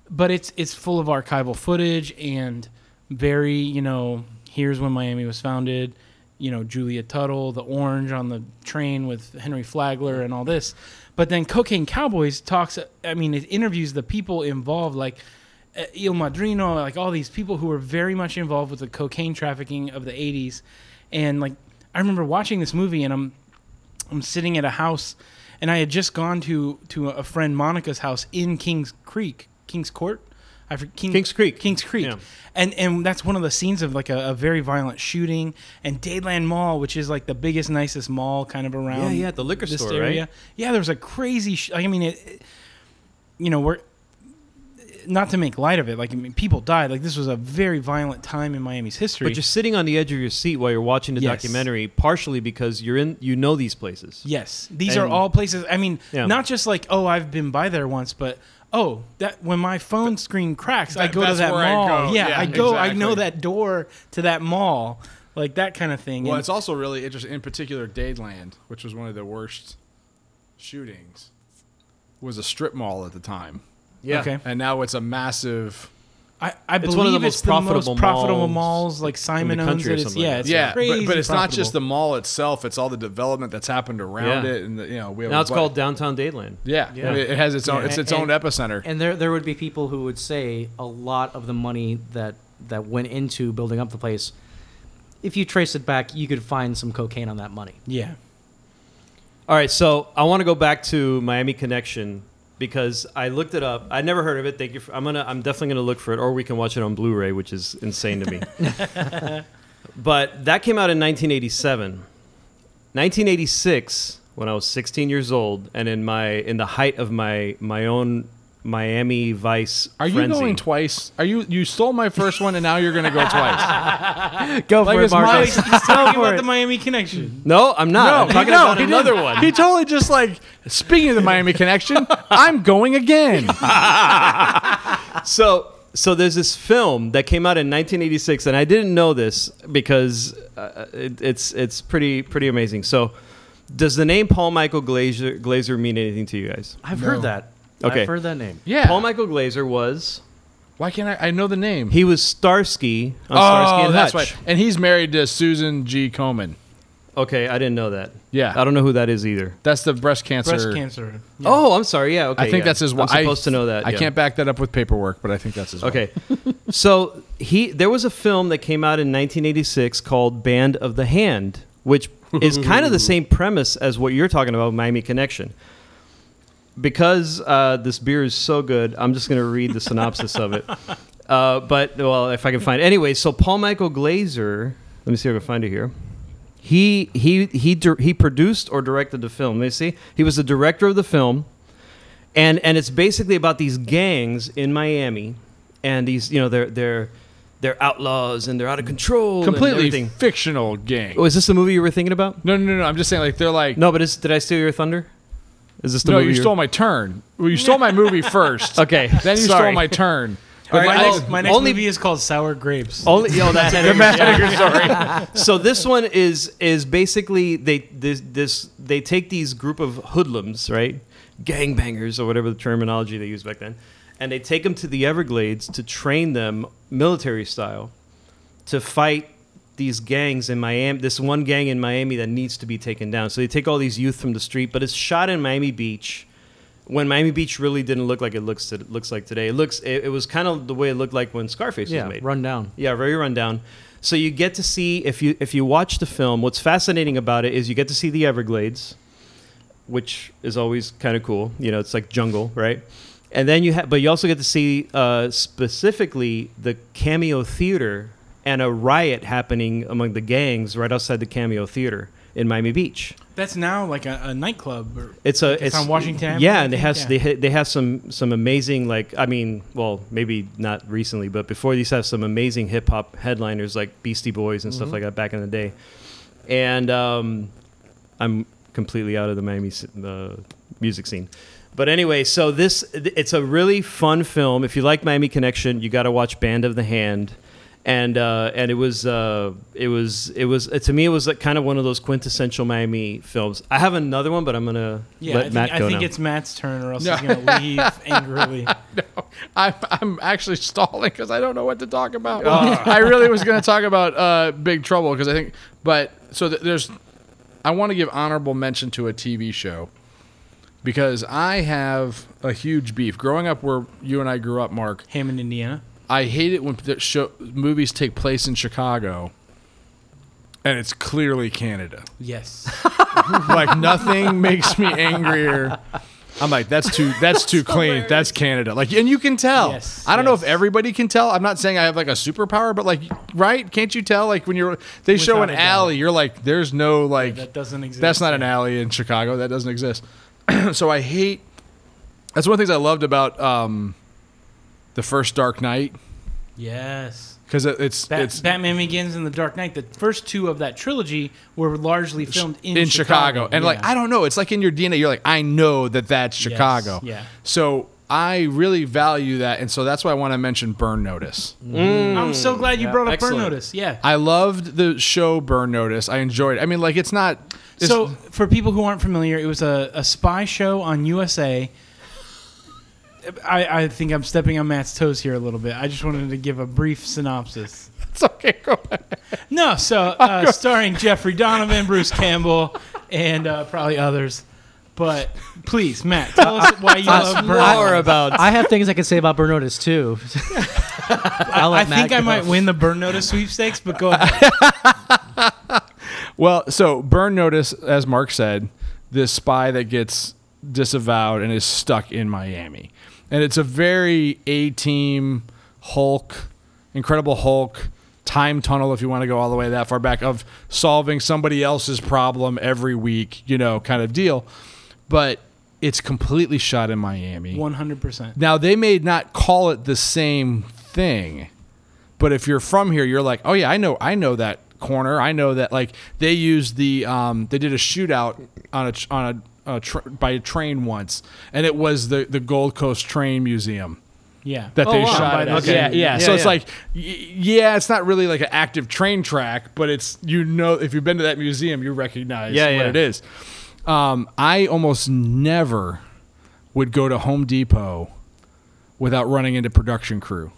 A: but it's it's full of archival footage and very you know here's when Miami was founded. You know Julia Tuttle, the orange on the train with Henry Flagler and all this, but then Cocaine Cowboys talks. I mean, it interviews the people involved, like uh, Il Madrino, like all these people who were very much involved with the cocaine trafficking of the '80s, and like I remember watching this movie and I'm I'm sitting at a house, and I had just gone to to a friend Monica's house in Kings Creek, Kings Court, I for, King,
B: Kings Creek.
A: Kings Creek,
B: Yeah.
A: and and that's one of the scenes of like a, a very violent shooting, and Dadeland Mall, which is like the biggest, nicest mall kind of around.
B: Yeah, yeah, the liquor
A: this
B: store,
A: area.
B: right?
A: Yeah, there was a crazy. Sh- like, I mean, it, it- you know, we're not to make light of it. Like, I mean, people died. Like, this was a very violent time in Miami's history.
B: But you're sitting on the edge of your seat while you're watching the
A: Yes.
B: documentary, partially because you're in, you know these places.
A: Yes, these are
B: And-
A: all places. I mean,
B: Yeah.
A: not just like oh, I've been by there once, but oh, that when my phone screen cracks, I
C: That-
A: go to
C: that's
A: that
C: where I
A: mall.
C: go.
A: Yeah,
C: Yeah,
A: I go. I know
C: exactly.
A: that door to that mall, like that kind of thing.
C: Well,
A: And-
C: it's also really interesting. In particular, Dadeland, which was one of the worst shootings, was a strip mall at the time,
B: Yeah.
A: okay.
C: and now it's a massive.
A: I, I believe
B: It's one of the most
A: it's the
B: profitable
A: most profitable
B: malls
A: malls. Like Simon owns
B: country
A: it.
B: or
A: It's,
B: something like
A: yeah,
B: that.
A: it's
C: yeah,
A: crazy
C: but, but it's not just the
A: profitable.
C: mall itself; it's all the development that's happened around
B: Yeah.
C: it, and the, you know we have
B: Now
C: a
B: it's
C: bu-
B: called Downtown Dadeland.
C: Yeah,
B: Yeah.
C: it has its own.
D: Yeah,
C: it's its
D: and-
C: own epicenter.
D: And there, there would be people who would say a lot of the money that that went into building up the place. If you trace it back, you could find some cocaine on that money.
A: yeah.
B: All right, so I want to go back to Miami Connection because I looked it up. I never heard of it. Thank you. For, I'm gonna. I'm definitely gonna look for it, or we can watch it on Blu-ray, which is insane to me. but that came out in 1987. 1986, when I was 16 years old, and in my in the height of my my own Miami Vice.
C: Are you
B: frenzy.
C: going twice? Are you you stole my first one, and now you're going to go twice?
D: Go
C: Like
D: for it,
C: it's my-
D: Marcus. Go
A: What
D: for
A: the
D: it.
A: Miami connection?
B: No, I'm not. I'm
C: he-
B: talking
C: no,
B: about
C: he
B: another
C: didn't.
B: one.
C: He totally just like speaking of the Miami connection. I'm going again.
B: So, so there's this film that came out in 1986, and I didn't know this because uh, it, it's it's pretty pretty amazing. So, does the name Paul Michael Glazer Glazer mean anything to you guys?
D: I've
C: No.
D: heard that.
B: Okay.
D: I've heard that name.
C: Yeah.
B: Paul Michael Glazer was
C: Why can't I? I know the name.
B: he was Starsky on Starsky
C: oh,
B: and
C: that's
B: Hutch.
C: right. And he's married to Susan G. Komen.
B: Okay, I didn't know that.
C: Yeah.
B: I don't know who that is either.
C: That's the breast cancer.
A: Breast cancer.
B: Oh, I'm sorry. Yeah, okay.
C: I think
B: yeah.
C: that's his
B: I'm
C: wife.
B: supposed to know that.
C: I
B: yeah.
C: can't back that up with paperwork, but I think that's his wife.
B: Okay. so he there was a film that came out in 1986 called Band of the Hand, which is kind of the same premise as what you're talking about, Miami Connection. Because uh, this beer is so good, I'm just going to read the synopsis of it. Uh, but well, if I can find, anyway. So Paul Michael Glazer, let me see if I can find it here. He he he dir- he produced or directed the film. Let me see. He was the director of the film. and and it's basically about these gangs in Miami, and these you know they're they're they're outlaws and they're out of control. and
C: completely
B: everything.
C: fictional gang.
B: Oh, is this the movie you were thinking about?
C: No, no, no, no. I'm just saying, like they're like,
B: No, but is, did I steal your thunder? Is this the
C: no,
B: movie
C: you
B: you're-
C: stole my turn. Well, you stole my movie first.
B: Okay,
C: Then you
B: sorry.
C: stole my turn.
A: All right,
B: my
A: my,
B: next-
A: next, my next
B: only-
A: movie is called Sour Grapes.
B: Only yo, Oh, that's Edgar. Sorry. So this one is is basically they this this they take these group of hoodlums, right, gangbangers or whatever the terminology they used back then, and they take them to the Everglades to train them military style to fight these gangs in Miami. This one gang in Miami that needs to be taken down. So they take all these youth from the street, but it's shot in Miami Beach. When Miami Beach really didn't look like it looks to, looks like today, it looks it, it was kind of the way it looked like when Scarface
D: yeah,
B: was made.
D: run down.
B: Yeah, very rundown. So you get to see if you if you watch the film. What's fascinating about it is you get to see the Everglades, which is always kind of cool. You know, it's like jungle, right? And then you have, but you also get to see uh, specifically the Cameo Theater and a riot happening among the gangs right outside the Cameo Theater in Miami Beach.
A: That's now like a, a nightclub. Or,
B: It's a it's,
A: on Washington Avenue,
B: Yeah,
A: I
B: and they
A: think,
B: have
A: yeah.
B: they ha- they have some some amazing like I mean, well, maybe not recently, but before these have some amazing hip hop headliners like Beastie Boys and
A: Mm-hmm.
B: stuff like that back in the day. And um, I'm completely out of the Miami s- the music scene. But anyway, so this it's a really fun film. If you like Miami Connection, you got to watch Band of the Hand. And uh, and it was uh, it was it was to me it was like kind of one of those quintessential Miami films. I have another one, but I'm gonna
A: yeah, I
B: let
A: think,
B: Matt
A: I
B: go
A: think
B: now.
A: it's Matt's turn, or else
C: No.
A: he's gonna leave angrily.
C: I'm, I'm actually stalling because I don't know what to talk about.
A: Oh.
C: I really was going to talk about uh, Big Trouble because I think, but so th- there's, I want to give honorable mention to a TV show because I have a huge beef. Growing up where you and I grew up, Mark,
A: Hammond, Indiana.
C: I hate it when the show, movies take place in Chicago and it's clearly Canada.
A: Yes.
C: like nothing makes me angrier. I'm like, that's too that's too clean. That's Canada. Like, and you can tell.
A: Yes,
C: I don't know if
A: yes.
C: everybody can tell. I'm not saying I have like a superpower, but like, right? Can't you tell? Like when you're they show
A: Without
C: an
A: a doubt.
C: alley, you're like, there's no like
A: that doesn't exist.
C: that's not an alley in Chicago. That doesn't exist. so I hate. That's one of the things I loved about um, the first Dark Knight
A: Yes.
C: because it, it's
A: Bat-
C: it's
A: Batman Begins and The Dark Knight. The first two of that trilogy were largely filmed in,
C: in, Chicago. And like,
A: Yeah.
C: I don't know. It's like in your DNA. You're like, I know that that's Chicago.
A: yeah.
C: So I really value that. And so that's why I want to mention Burn Notice.
A: I'm so glad you brought up
B: excellent.
A: Burn Notice. Yeah.
C: I loved the show Burn Notice. I enjoyed it. I mean, like, it's not. it's-
A: so for people who aren't familiar, it was a, a spy show on USA. I, I think I'm stepping on Matt's toes here a little bit. I just wanted to give a brief synopsis.
C: it's okay. Go ahead.
A: No, so uh, starring Jeffrey Donovan, Bruce Campbell, and uh, probably others. But please, Matt, tell us why you love Burn
B: more
A: Notice.
B: about
D: I have things I can say about Burn Notice too. I'll
A: I
D: let Matt
A: think I
D: go.
A: might win the Burn Notice sweepstakes, but go ahead.
C: Well, so Burn Notice, as Mark said, this spy that gets disavowed and is stuck in Miami. And it's a very A team Hulk, Incredible Hulk time tunnel, if you want to go all the way that far back, of solving somebody else's problem every week, you know, kind of deal. But it's completely shot in Miami.
A: 100%.
C: Now they may not call it the same thing, but if you're from here, you're like, oh yeah, I know, I know that corner. I know that like they used the um, they did a shootout on a tr- on a, a tr- by a train once, and it was the the Gold Coast Train Museum
A: Yeah.
C: that they
D: wow.
C: shot.
A: By
C: At.
A: the
C: Okay. Yeah,
A: train.
C: yeah.
B: Yeah,
C: So it's
B: yeah.
C: like, y- yeah, it's not really like an active train track, but it's you know, if you've been to that museum, you recognize
B: Yeah,
C: what
B: yeah.
C: it is. Um, I almost never would go to Home Depot without running into production crew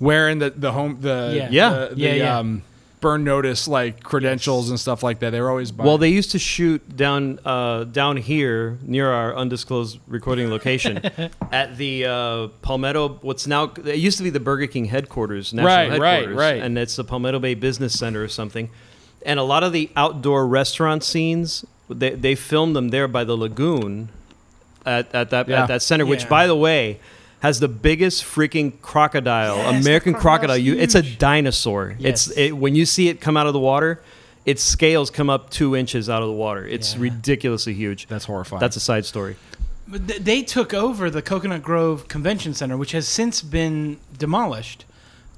C: wearing the the home the
A: Yeah.
B: Yeah.
C: the, the,
A: Yeah, yeah.
C: um burn notice like credentials and stuff like that. They were always buying.
B: Well, they used to shoot down uh, down here near our undisclosed recording location at the uh, Palmetto. What's now it used to be the Burger King headquarters, national
C: Right, right,
B: headquarters,
C: right.
B: and it's the Palmetto Bay Business Center or something. And a lot of the outdoor restaurant scenes, they they filmed them there by the lagoon at, at that
C: Yeah.
B: at that center. Which,
A: Yeah.
B: by the way. Has the biggest freaking crocodile,
A: Yes, the
B: American crocodile.
A: crocodile's
B: You, it's a
A: huge.
B: dinosaur.
A: Yes.
B: It's it, when you see it come out of the water, its scales come up two inches out of the water. It's
A: Yeah.
B: ridiculously huge.
C: that's horrifying.
B: That's a side story.
A: But th- they took over the Coconut Grove Convention Center, which has since been demolished.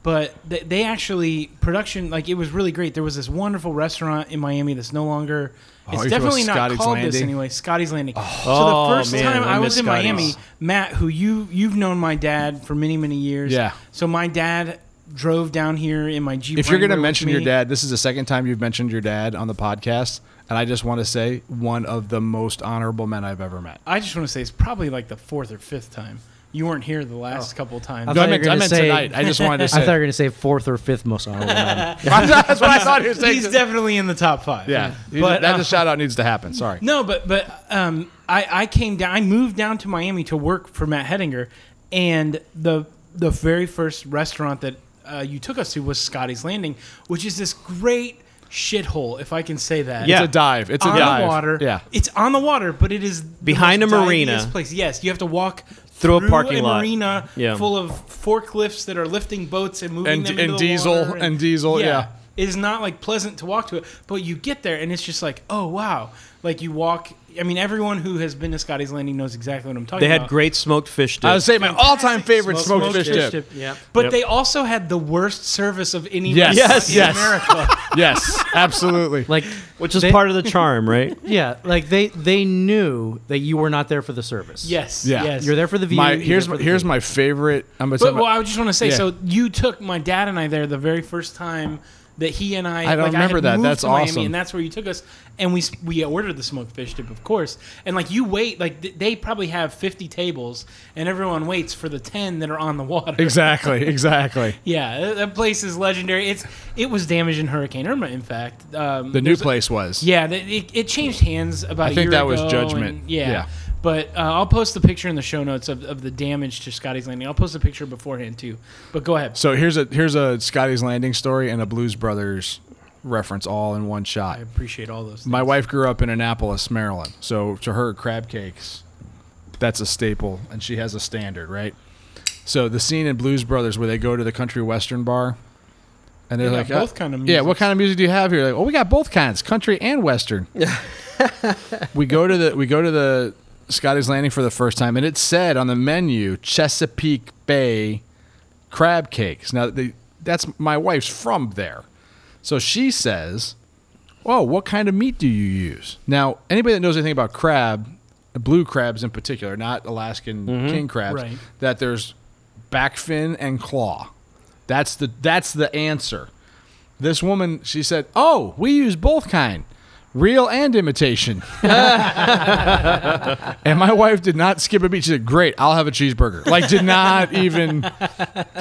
A: But th- they actually production like it was really great. There was this wonderful restaurant in Miami that's no longer.
C: Oh,
A: It's
C: you throw
A: definitely not
C: Scotty's
A: called this
C: Landing?
A: anyway. Scotty's Landing.
B: Oh,
A: so the first
B: man,
A: time
B: I
A: I, was
B: miss
A: in Miami,
B: Scotty's.
A: Matt, who you you've known my dad for many many years.
C: Yeah.
A: So my dad drove down here in my Jeep.
C: If you're going to
A: Wrangler with
C: mention your
A: me.
C: dad, this is the second time you've mentioned your dad on the podcast, and I just want to say one of the most honorable men I've ever met.
A: I just want to say it's probably like the fourth or fifth time. You weren't here the
C: Oh.
A: last couple times.
D: I thought you were
C: meant,
D: gonna
C: meant
D: say-
C: tonight. I just wanted to
D: I thought you were
C: say.
D: going to say fourth or fifth most honorable man.
C: That's what I thought he was saying.
A: He's definitely in the top five.
C: yeah,
A: but
C: that
A: uh,
C: just shout out needs to happen. Sorry.
A: no, but but um, I I came down. I moved down to Miami to work for Matt Hedinger, and the the very first restaurant that uh, you took us to was Scotty's Landing, which is this great shithole, if I can say that.
B: Yeah.
C: It's a dive. It's a
A: on
C: dive.
A: the water.
C: Yeah.
A: it's on the water, but it is the
B: Behind
A: most
B: a marina.
A: diviest Place, yes, you have to walk
B: Through a parking lot.
A: marina
B: Yeah.
A: full of forklifts that are lifting boats and moving
C: And-
A: them
C: and
A: into the
C: diesel-
A: water
C: and diesel, yeah.
A: It is not like pleasant to walk to it, but you get there and it's just like, oh wow! Like you walk. I mean, everyone who has been to Scotty's Landing knows exactly what I'm talking
B: They
A: about.
B: had great smoked fish
C: I
B: dip.
C: would say my all-time favorite
A: Smoked-
C: smoked,
A: smoked
C: fish,
A: fish
C: dip.
D: yeah.
A: but
B: Yep.
A: they also had the worst service of any
C: Yes.
A: restaurant
B: Yes,
A: in
B: yes.
A: America.
C: Yes, absolutely.
D: Like,
B: which is
D: They-
B: part of the charm, right?
D: yeah, like they they knew that you were not there for the service.
A: yes,
C: Yeah.
A: yes.
D: You're there for the view.
C: my
D: you're
C: here's
D: there
C: my,
D: for the
C: here's
D: view.
C: my favorite. I'm gonna say
A: But
C: my-
A: well, I just want to say,
C: Yeah.
A: so you took my dad and I there the very first time that he and I.
C: I don't
A: like,
C: remember
A: had
C: that.
A: moved
C: That's
A: to Miami,
C: awesome.
A: And that's where you took us, and we s- we ordered the smoked fish dip, of course. And like you wait, like th- they probably have fifty tables, and everyone waits for the ten that are on the water.
C: exactly, exactly.
A: Yeah, that- that place is legendary. It's it was damaged in Hurricane Irma, in fact. Um,
C: The new place was.
A: yeah, th- it, it changed hands about.
C: I
A: a
C: think
A: year
C: that was
A: ago,
C: Judgment.
A: and- yeah.
C: Yeah.
A: But uh, I'll post the picture in the show notes of, of the damage to Scotty's Landing. I'll post the picture beforehand too. But go ahead.
C: So here's a here's a Scotty's Landing story and a Blues Brothers reference all in one shot.
A: I appreciate all those. Things.
C: My wife grew up in Annapolis, Maryland. So to her, crab cakes, that's a staple, and she has a standard, right? So the scene in Blues Brothers where they go to the country western bar, and they're
A: They
C: like,
A: got
C: uh,
A: both kind of
C: Yeah, what
A: musics."
C: kind of music do you have here? Like, oh, we got both kinds, country and western. we go to the we go to the Scotty's Landing for the first time, and it said on the menu Chesapeake Bay crab cakes. Now they, that's my wife's from there, so she says, "Oh, what kind of meat do you use?" Now anybody that knows anything about crab, blue crabs in particular, not Alaskan king crabs,
A: Right.
C: that there's back fin and claw. That's the that's the answer. This woman, she said, "Oh, we use both kind." Real and imitation. And my wife did not skip a beat. She said, "Great, I'll have a cheeseburger." Like, did not even.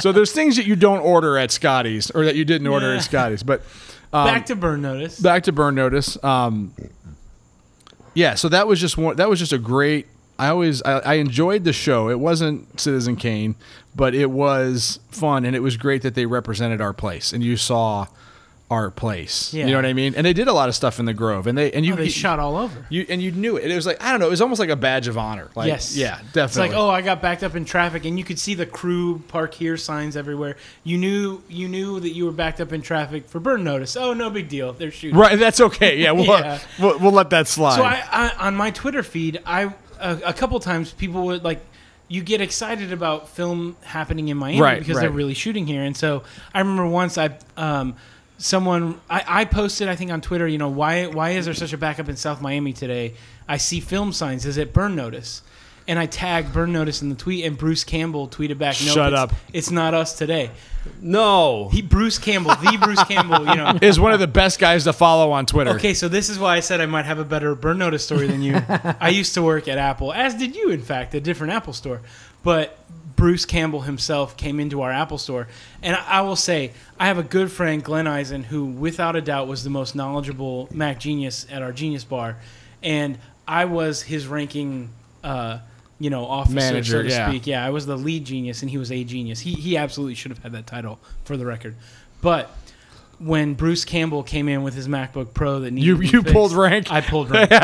C: So there's things that you don't order at Scotty's, or that you didn't order at Scotty's. But um,
A: Back to burn notice.
C: back to burn notice. Um, yeah, so that was just one. That was just a great. I always I, I enjoyed the show. It wasn't Citizen Kane, but it was fun, and it was great that they represented our place, and you saw our place.
A: Yeah.
C: You know what I mean? And they did a lot of stuff in the Grove, and they and you
A: Oh, they shot all over.
C: you and you knew it. It was like I don't know. It was almost like a badge of honor. Like,
A: yes.
C: Yeah. Definitely.
A: It's like, oh, I got backed up in traffic, and you could see the crew park here signs everywhere. You knew, you knew that you were backed up in traffic for burn notice. Oh, no big deal. They're shooting.
C: Right. That's okay. Yeah. We'll,
A: Yeah.
C: we'll, we'll let that slide.
A: So I, I on my Twitter feed, I a, a couple times people would like you get excited about film happening in Miami
C: Right,
A: because
C: right.
A: they're really shooting here. And so I remember once I um someone I, I posted I think on Twitter, you know, why why is there such a backup in South Miami today? I see film signs. Is it burn notice? And I tagged burn notice in the tweet, and Bruce Campbell tweeted back, "No,
C: Shut
A: it's,
C: up.
A: it's not us today."
B: No.
A: He, Bruce Campbell, the Bruce Campbell, you know,
C: is one of the best guys to follow on Twitter.
A: Okay, so this is why I said I might have a better burn notice story than you. I used to work at Apple, as did you, in fact, a different Apple store. But Bruce Campbell himself came into our Apple store, and I I will say I have a good friend, Glenn Eisen, who, without a doubt, was the most knowledgeable Mac genius at our Genius Bar, and I was his ranking. Uh, you know, officer, so
C: Manager,
A: to
C: yeah.
A: speak. Yeah, I was the lead genius, and he was a genius. He he absolutely should have had that title for the record. But when Bruce Campbell came in with his MacBook Pro that needed
C: You-
A: to be
C: you pulled
A: fixed,
C: rank?
A: I pulled rank, and,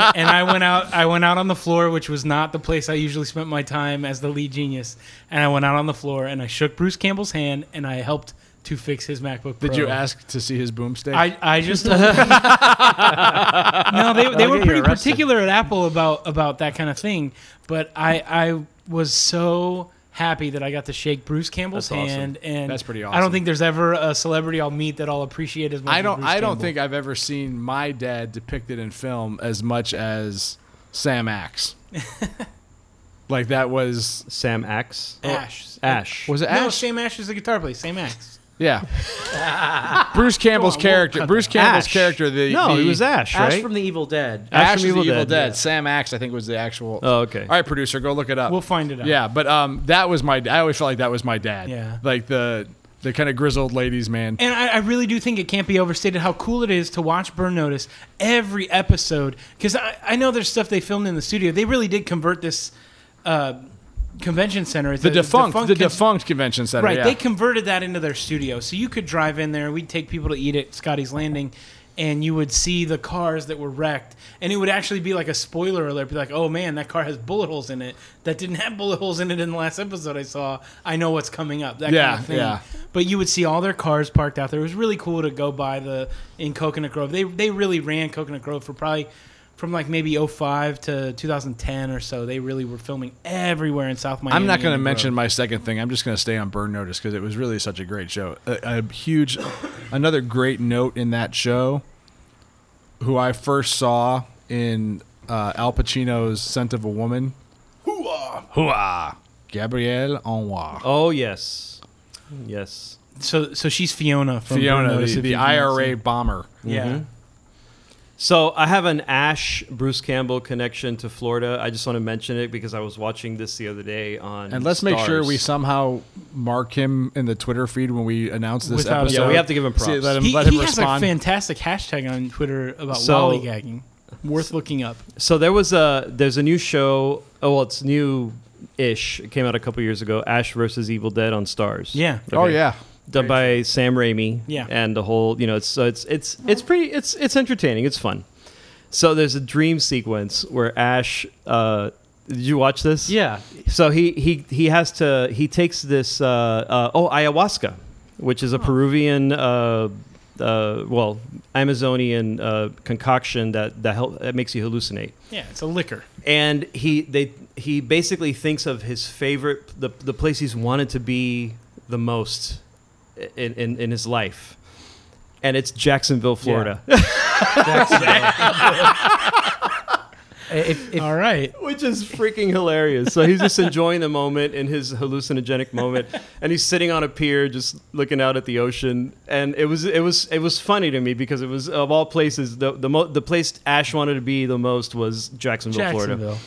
A: and I went out. I went out on the floor, which was not the place I usually spent my time as the lead genius. And I went out on the floor and I shook Bruce Campbell's hand and I helped to fix his MacBook Pro.
C: Did you ask to see his boomstick?
A: I, I just no. They, they were
D: get you
A: pretty
D: arrested.
A: particular at Apple about about that kind of thing, but I I was so happy that I got to shake Bruce Campbell's
B: That's awesome.
A: hand, and
C: That's pretty
A: I don't
C: awesome.
A: think there's ever a celebrity I'll meet that I'll appreciate as much.
C: I
A: as
C: don't.
A: Bruce
C: I don't
A: Campbell.
C: think I've ever seen my dad depicted in film as much as Sam Axe. like that was
B: Sam Axe.
A: Ash.
B: Ash.
C: was it
A: No,
C: Axe?
A: same Ash is the guitar player. Same Axe.
C: yeah. Bruce Campbell's character. Bruce Campbell's
D: Ash.
C: character. The
D: No,
C: the,
D: he
B: was Ash,
D: Ash
B: right?
D: from the Evil Dead.
C: Ash from the Evil Dead. Sam Axe, I think, was the actual.
B: Oh, okay.
C: All right, producer, go look it up.
A: We'll find it out.
C: Yeah, but um, that was my. I always felt like that was my dad.
A: Yeah.
C: Like the the kind of grizzled ladies man.
A: And I, I really do think it can't be overstated how cool it is to watch Burn Notice every episode. Because I, I know there's stuff they filmed in the studio. They really did convert this uh, convention center.
C: the defunct, the
A: con-
C: defunct convention center.
A: Right.
C: yeah.
A: They converted that into their studio. So you could drive in there. We'd take people to eat at Scotty's Landing. And you would see the cars that were wrecked, and it would actually be like a spoiler alert. Be like, "Oh man, that car has bullet holes in it that didn't have bullet holes in it in the last episode I saw. I know what's coming up." That
C: Yeah,
A: kind of thing.
C: yeah.
A: But you would see all their cars parked out there. It was really cool to go by the in Coconut Grove. They they really ran Coconut Grove for probably from like maybe 05 to 2010 or so. They really were filming everywhere in South Miami.
C: I'm not
A: and
C: going to
A: Grove.
C: mention my second thing. I'm just going to stay on Burn Notice because it was really such a great show. A, a huge, another great note in that show, who I first saw in uh, Al Pacino's Scent of a Woman. Hooah! Hooah! Gabrielle Anwar.
B: Oh yes, yes.
A: So so she's Fiona from Burn
C: Fiona,
A: Notice,
C: the,
A: if
C: the
A: you can
D: Mm-hmm.
C: IRA
A: see.
C: bomber.
A: Yeah.
B: So I have an Ash Bruce Campbell connection to Florida. I just want to mention it because I was watching this the other day on.
C: And let's make sure
B: Starz.
C: we somehow mark him in the Twitter feed when we announce this
A: Without-
C: episode.
B: Yeah, we have to give him props.
C: See, let him,
A: He,
C: let him
A: he has a
C: respond.
A: fantastic hashtag on Twitter about
B: So-
A: lollygagging. Worth looking up.
B: So there was a there's a new show. Oh well, it's new ish. It came out a couple years ago. Ash versus Evil Dead on Stars.
A: Yeah.
C: Oh, yeah.
B: done by Sam Raimi.
A: Yeah.
B: and the whole you know it's so it's it's it's pretty it's it's entertaining. It's fun. So there's a dream sequence where Ash. Uh, did you watch this?
D: Yeah.
B: So he he he has to he takes this uh, uh, oh ayahuasca, which is a Peruvian uh, uh, well Amazonian uh, concoction that that, help, that makes you hallucinate
A: Yeah, it's a liquor.
B: and he they he basically thinks of his favorite the the place he's wanted to be the most in in, in his life and it's Jacksonville, Florida,
D: If, if,
A: All right.
B: which is freaking hilarious. So he's just enjoying the moment in his hallucinogenic moment, and he's sitting on a pier, just looking out at the ocean. And it was it was it was funny to me because it was of all places the the, mo- the place Ash wanted to be the most was Jacksonville, Florida.
A: Jacksonville.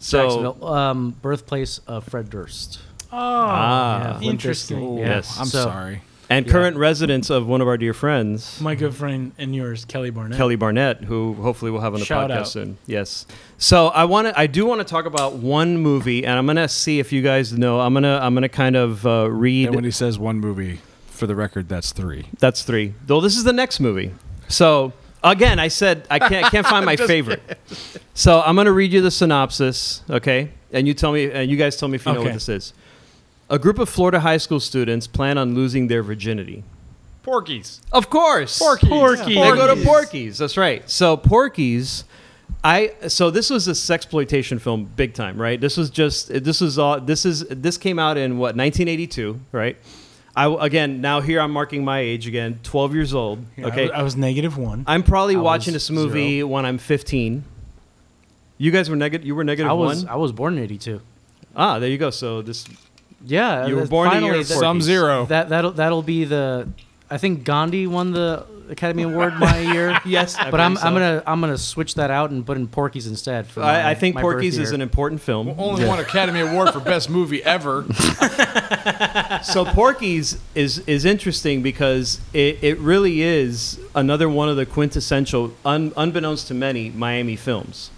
B: So
D: Jacksonville, um, birthplace of Fred Durst.
A: Oh,
B: Ah.
D: Yeah, Limp Bizkit.
A: interesting.
D: Yeah.
B: Yes.
C: I'm
D: So-
C: sorry.
B: and current residents of one of our dear friends.
A: My good friend and yours, Kelly Barnett.
B: Kelly Barnett, who hopefully we'll have on the
A: Shout
B: podcast
A: out.
B: soon. Yes. So I want to, I do want to talk about one movie, and I'm gonna see if you guys know. I'm gonna, I'm gonna kind of uh,
C: And when
B: read.
C: he says one movie, for the record, that's three.
B: That's three. Though this is the next movie. So again, I said I can't, can't find my favorite. So I'm gonna read you the synopsis, okay? And you tell me, and you guys tell me if you know
A: Okay.
B: what this is. A group of Florida high school students plan on losing their virginity.
C: Porkies.
B: Of course.
C: Porky's.
A: Porky's.
B: They go to
A: Porky's.
B: Porky's. That's right. So Porky's, I so this was a sexploitation film, big time, right? This was just this was all this is this came out in what 1982, right? I again now here I'm marking my age again, 12 years old.
A: Yeah, I
B: okay,
A: was- I was negative one.
B: I'm probably
D: was
B: watching this movie when I'm 15. You guys were negative. You were negative
D: I was
B: one.
D: I was born in '82.
B: Ah, there you go. So this
D: Yeah,
B: You were
D: that-
B: born the year
D: finally,
B: of
D: that-
C: Some
B: Porky's.
C: zero.
D: That that'll that'll be the. I think Gandhi won the Academy Award my year.
B: yes,
D: But I'm, I'm gonna I'm gonna switch that out and put in Porky's instead. For my,
B: I, I think
D: my birth
B: Porky's
D: year.
B: is an important film.
C: Only one Academy Award for Best Movie Ever. Uh,
B: so Porky's is is interesting because it, it really is another one of the quintessential, un, unbeknownst to many, Miami films,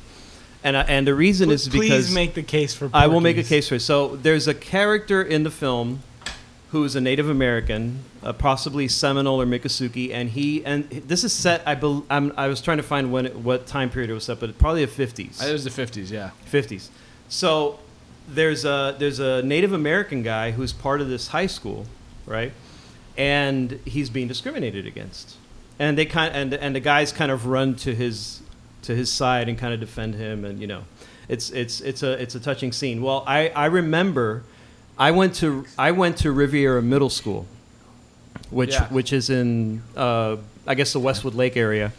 B: and I, and the reason is
A: Please
B: because
A: make the case for.
B: I will make a
A: Porky's.
B: case for it. So there's a character in the film who is a Native American, uh, possibly Seminole or Miccosukee, and he and this is set. I bel I'm, I was trying to find when it, what time period it was set, but probably the 50s.
C: It was the 50s, yeah.
B: 50s. So there's a there's a Native American guy who's part of this high school, right? and he's being discriminated against. And they kind and and the guys kind of run to his to his side and kind of defend him, and you know, it's it's it's a it's a touching scene. Well, I I remember, I went to I went to Riviera Middle School, which
C: Yeah.
B: which is in uh, I guess the Westwood Lake area.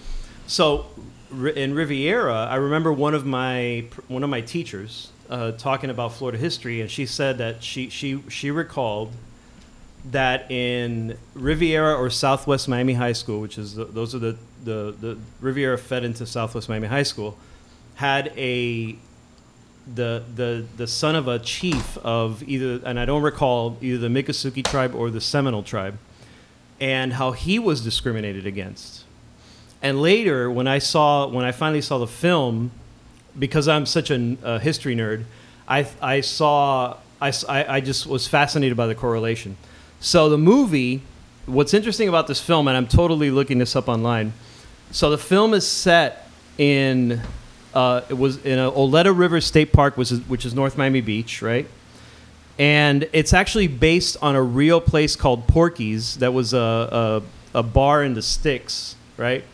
B: So ri- in Riviera, I remember one of my one of my teachers uh, talking about Florida history, and she said that she she she recalled that in Riviera or Southwest Miami High School, which is the, those are the, the the Riviera fed into Southwest Miami High School, had a the the the son of a chief of either and I don't recall either the Miccosukee tribe or the Seminole tribe, and how he was discriminated against. And later, when I saw when I finally saw the film, because I'm such a, a history nerd, I I saw I, s- I- I just was fascinated by the correlation. So the movie, what's interesting about this film, and I'm totally looking this up online. So the film is set in uh, it was in a Oleta River State Park, which is which is North Miami Beach, right? and it's actually based on a real place called Porky's that was a a, a bar in the sticks, right?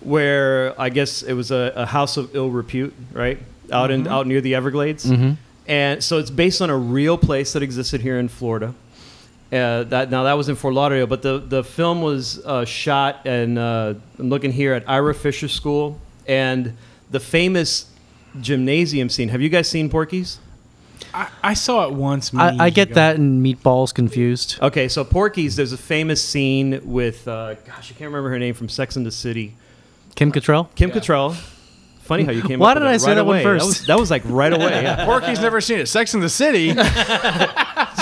B: Where I guess it was a, a house of ill repute, right? Out in out near the Everglades, and so it's based on a real place that existed here in Florida. Uh, that now that was in Fort Lauderdale, but the the film was uh, shot and uh, I'm looking here at Ira Fisher School and the famous gymnasium scene. Have you guys seen Porky's?
A: I, I saw it once. many
D: I, I
A: years
D: get
A: ago.
D: that and meatballs confused.
B: Okay, so Porky's, there's a famous scene with, uh, gosh, I can't remember her name from Sex and the City.
D: Kim Cattrall.
B: Kim Cattrall. Funny how you came.
D: Why
B: up with
D: did I say
B: right
D: that one
B: away.
D: first?
B: That was, that was like right away. yeah.
C: Porky's never seen it. Sex in the City.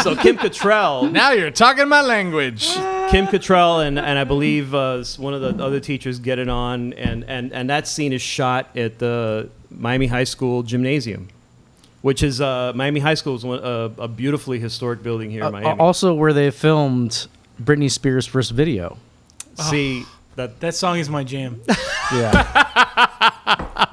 B: So Kim Cattrall,
C: now you're talking my language.
B: Kim Cattrall, and and I believe uh, s- one of the other teachers get it on, and and and that scene is shot at the Miami High School gymnasium, which is uh, Miami High School is one, uh, a beautifully historic building here in
D: Uh,
B: Miami.
D: also, where they filmed Britney Spears' first video.
B: See that
A: That song is my jam.
D: Yeah.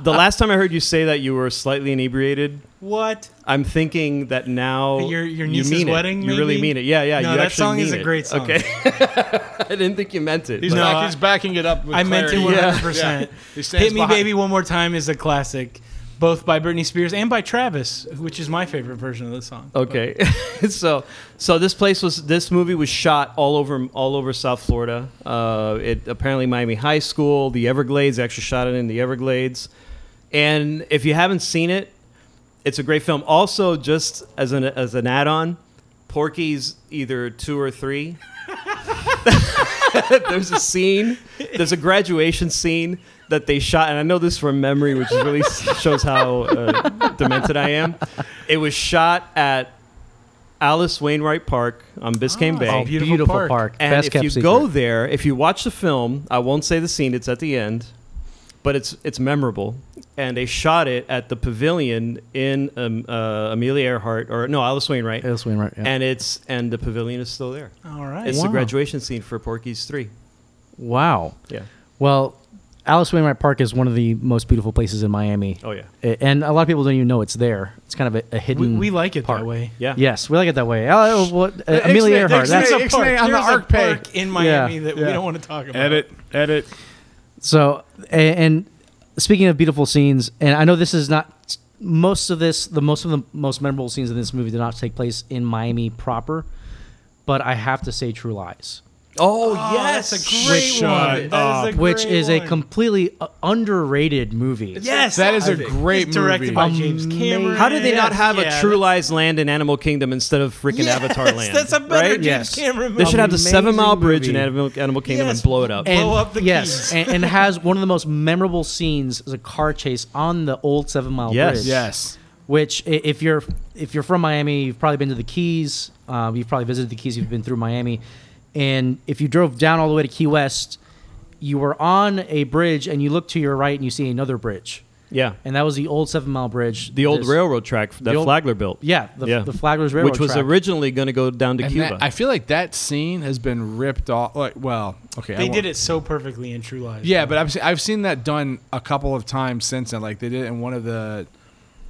B: the last time I heard you say that you were slightly inebriated.
A: what?
B: I'm thinking that now
A: Your- your
B: you
A: niece's
B: mean it.
A: wedding,
B: You really
A: maybe?
B: mean it? Yeah, yeah.
A: No,
B: you
A: that
B: actually
A: song is
B: mean
A: a
B: it.
A: great song.
B: Okay, I didn't think you meant it.
C: He's,
B: but-
A: No,
C: back,
A: I-
C: he's backing it up. With
A: I meant it
C: clarity.
A: 100%.
C: Yeah. He stands
A: Hit Me
C: behind-
A: Baby One More Time is a classic, both by Britney Spears and by Travis, which is my favorite version of the song.
B: Okay, so so this place was this movie was shot all over all over South Florida. Uh, it apparently Miami High School, the Everglades. they Actually shot it in the Everglades, and if you haven't seen it, it's a great film. Also, just as an as an add on, Porky's either two or three. there's a scene, there's a graduation scene that they shot, and I know this from memory, which is really shows how uh, demented I am. It was shot at Alice Wainwright Park on
D: Ah.
B: Biscayne Bay.
A: Oh, beautiful park.
B: And
D: Best
B: if
D: kept
B: you
D: secret.
B: go there, if you watch the film, I won't say the scene; it's at the end, but it's it's memorable. And they shot it at the pavilion in um, uh, Amelia Earhart, or no, Alice Wainwright,
D: Alice Wainwright, yeah.
B: and it's and the pavilion is still there.
A: All right.
B: It's
D: Wow.
B: the graduation scene for Porky's Three.
D: wow.
B: Yeah.
D: Well, Alice Wainwright Park is one of the most beautiful places in Miami.
B: Oh yeah.
D: A- And a lot of people don't even know it's there. It's kind of a, a
A: we,
D: hidden.
A: we like it
D: park.
A: that way.
B: Yeah.
D: Yes, we like it that way. Oh, well, uh,
C: Ixnay-
D: Amelia Earhart.
C: Ixnay-
D: That's,
A: There's a
C: Ixnay
A: park,
C: on the
A: there's a
C: Arc Pay.
A: park in Miami
D: Yeah.
A: that we
C: Yeah.
A: don't want to talk about.
C: Edit, edit.
D: So, a- and speaking of beautiful scenes, and I know this is not most of this, the most of the most memorable scenes in this movie did not take place in Miami proper, but I have to say True Lies,
B: Oh,
A: Oh,
B: yes,
A: that's a great
C: Shut
A: one.
C: Oh,
A: That is a
D: which
A: great
D: is a
A: one.
D: completely uh, underrated movie.
A: yes.
C: That is a
A: It's
C: great
A: directed
C: movie.
A: by James
D: Amazing.
A: Cameron.
B: How did they not
A: Yes,
B: have
A: yeah,
B: a True Lies land in Animal Kingdom instead of freaking
A: Yes,
B: Avatar land?
A: That's a better
B: right?
A: James
D: Yes.
A: Cameron
B: They
A: movie.
B: should have the
D: Amazing
B: Seven Mile Bridge in
D: movie.
B: Animal, Animal Kingdom
A: Yes.
B: and blow it up.
A: And- Blow up the
D: yes,
A: keys.
D: and, and has one of the most memorable scenes is a car chase on the old Seven Mile
B: Yes.
D: Bridge.
C: Yes.
D: Which, i- if you're if you're from Miami, you've probably been to the Keys. Um, you've probably visited the Keys. You've been through Miami, and if you drove down all the way to Key West, you were on a bridge, and you look to your right, and you see another bridge,
B: yeah.
D: and that was the old Seven Mile Bridge,
B: The old
D: This-
B: railroad track that
D: the old-
B: Flagler built.
D: Yeah, the, the Flagler's Railroad,
B: Which was
D: track.
B: originally going to go down to
C: And
B: Cuba.
C: that- I feel like that scene has been ripped off. Like, well, okay, I
A: They
C: won't-
A: did it so perfectly in True Lies.
C: Yeah, but I've se- I've seen that done a couple of times since then. Like they did it in one of the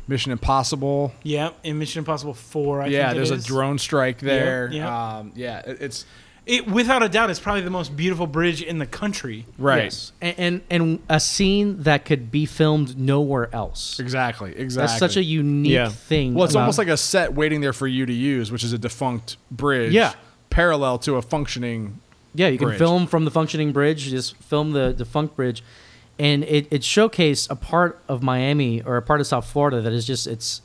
C: Mission Impossible.
A: Yeah, in Mission Impossible Four. I
C: yeah,
A: think it
C: there's a
A: is.
C: drone strike there.
A: yeah.
C: Um, yeah it- it's
A: It, without a doubt, it's probably the most beautiful bridge in the country.
C: Right.
D: and, and and a scene that could be filmed nowhere else.
C: Exactly. Exactly.
D: That's such a unique
B: Yeah.
D: thing.
C: Well, it's
D: about-
C: almost like a set waiting there for you to use, which is a defunct bridge.
D: Yeah.
C: Parallel to a functioning.
D: yeah, you can
C: bridge.
D: film from the functioning bridge, just film the defunct bridge, and it it showcased a part of Miami or a part of South Florida that is just it's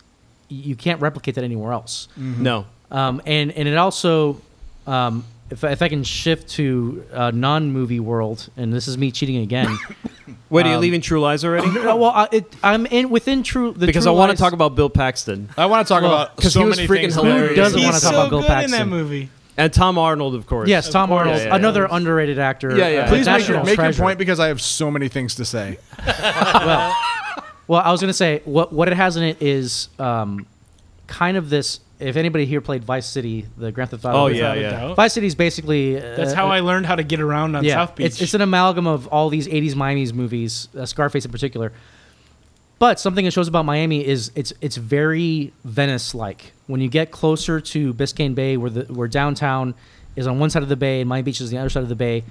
D: you can't replicate that anywhere else.
C: Mm.
B: No.
D: Um, and and it also, um, if if I can shift to uh, non movie world, and this is me cheating again.
B: Wait, are you leaving True Lies already?
D: No, well, I, it, I'm in within true the
B: because I
D: True
B: want to
D: Lies-
B: talk about Bill Paxton
C: I want to talk
D: Well,
C: about
B: 'cause
C: so
B: he was
C: many
B: freaking
C: things.
B: hilarious.
C: Who
D: doesn't
A: He's
D: wanna talk
A: so
D: about Bill
A: good in that
D: Paxton.
A: movie.
B: and Tom Arnold, of course.
D: Yes, Tom
A: course.
D: Arnold,
B: Yeah, yeah, yeah.
D: another underrated actor.
C: Yeah, yeah.
D: uh,
C: Please make,
D: national
C: your, make your
D: treasure.
C: point because I have so many things to say.
D: Well, I was gonna say what what it has in it is um, kind of this. If anybody here played Vice City, the Grand Theft Auto.
B: Oh,
D: Vice-
B: yeah,
A: Without a
B: yeah.
A: doubt.
D: Vice City is basically uh,
A: That's how I learned how to get around on
D: yeah,
A: South Beach.
D: It's, it's an amalgam of all these 80s Miami's movies, uh, Scarface in particular. But something it shows about Miami is it's it's very Venice like. When you get closer to Biscayne Bay, where the where downtown is on one side of the bay and Miami Beach is the other side of the bay,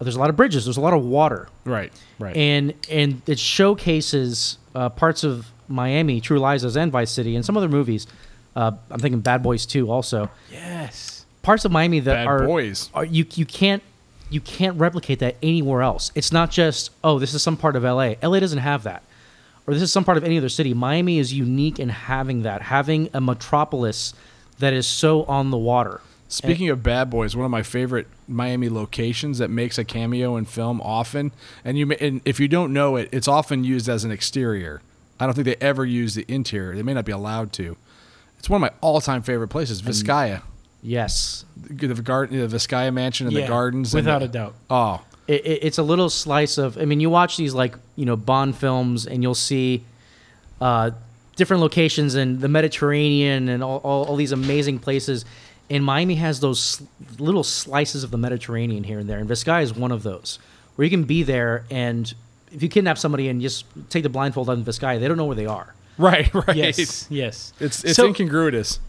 D: there's a lot of bridges. There's a lot of water,
C: Right. Right.
D: and and it showcases uh, parts of Miami, True Lies and Vice City, and some other movies. Uh, I'm thinking Bad Boys 2 also.
A: yes.
D: Parts of Miami that
C: Bad
D: are
C: boys.
D: are- you you can't you can't replicate that anywhere else. It's not just oh this is some part of LA. LA doesn't have that, or this is some part of any other city. Miami is unique in having that, having a metropolis that is so on the water.
C: Speaking of bad boys, one of my favorite Miami locations that makes a cameo in film often, and you may, and if you don't know it, it's often used as an exterior. I don't think they ever use the interior. They may not be allowed to. It's one of my all-time favorite places, Vizcaya,
D: Yes,
C: the, the garden, the Vizcaya Mansion and
A: Yeah,
C: the gardens.
A: without
C: and
A: a doubt.
C: Oh,
D: it, it, it's a little slice of. I mean, you watch these like you know Bond films, and you'll see uh, different locations in the Mediterranean and all, all, all these amazing places. And Miami has those sl- little slices of the Mediterranean here and there, and Vizcaya is one of those where you can be there and if you kidnap somebody and just take the blindfold on Vizcaya, they don't know where they are.
C: right, right.
A: Yes. Yes.
C: It's it's
A: So-
C: incongruous.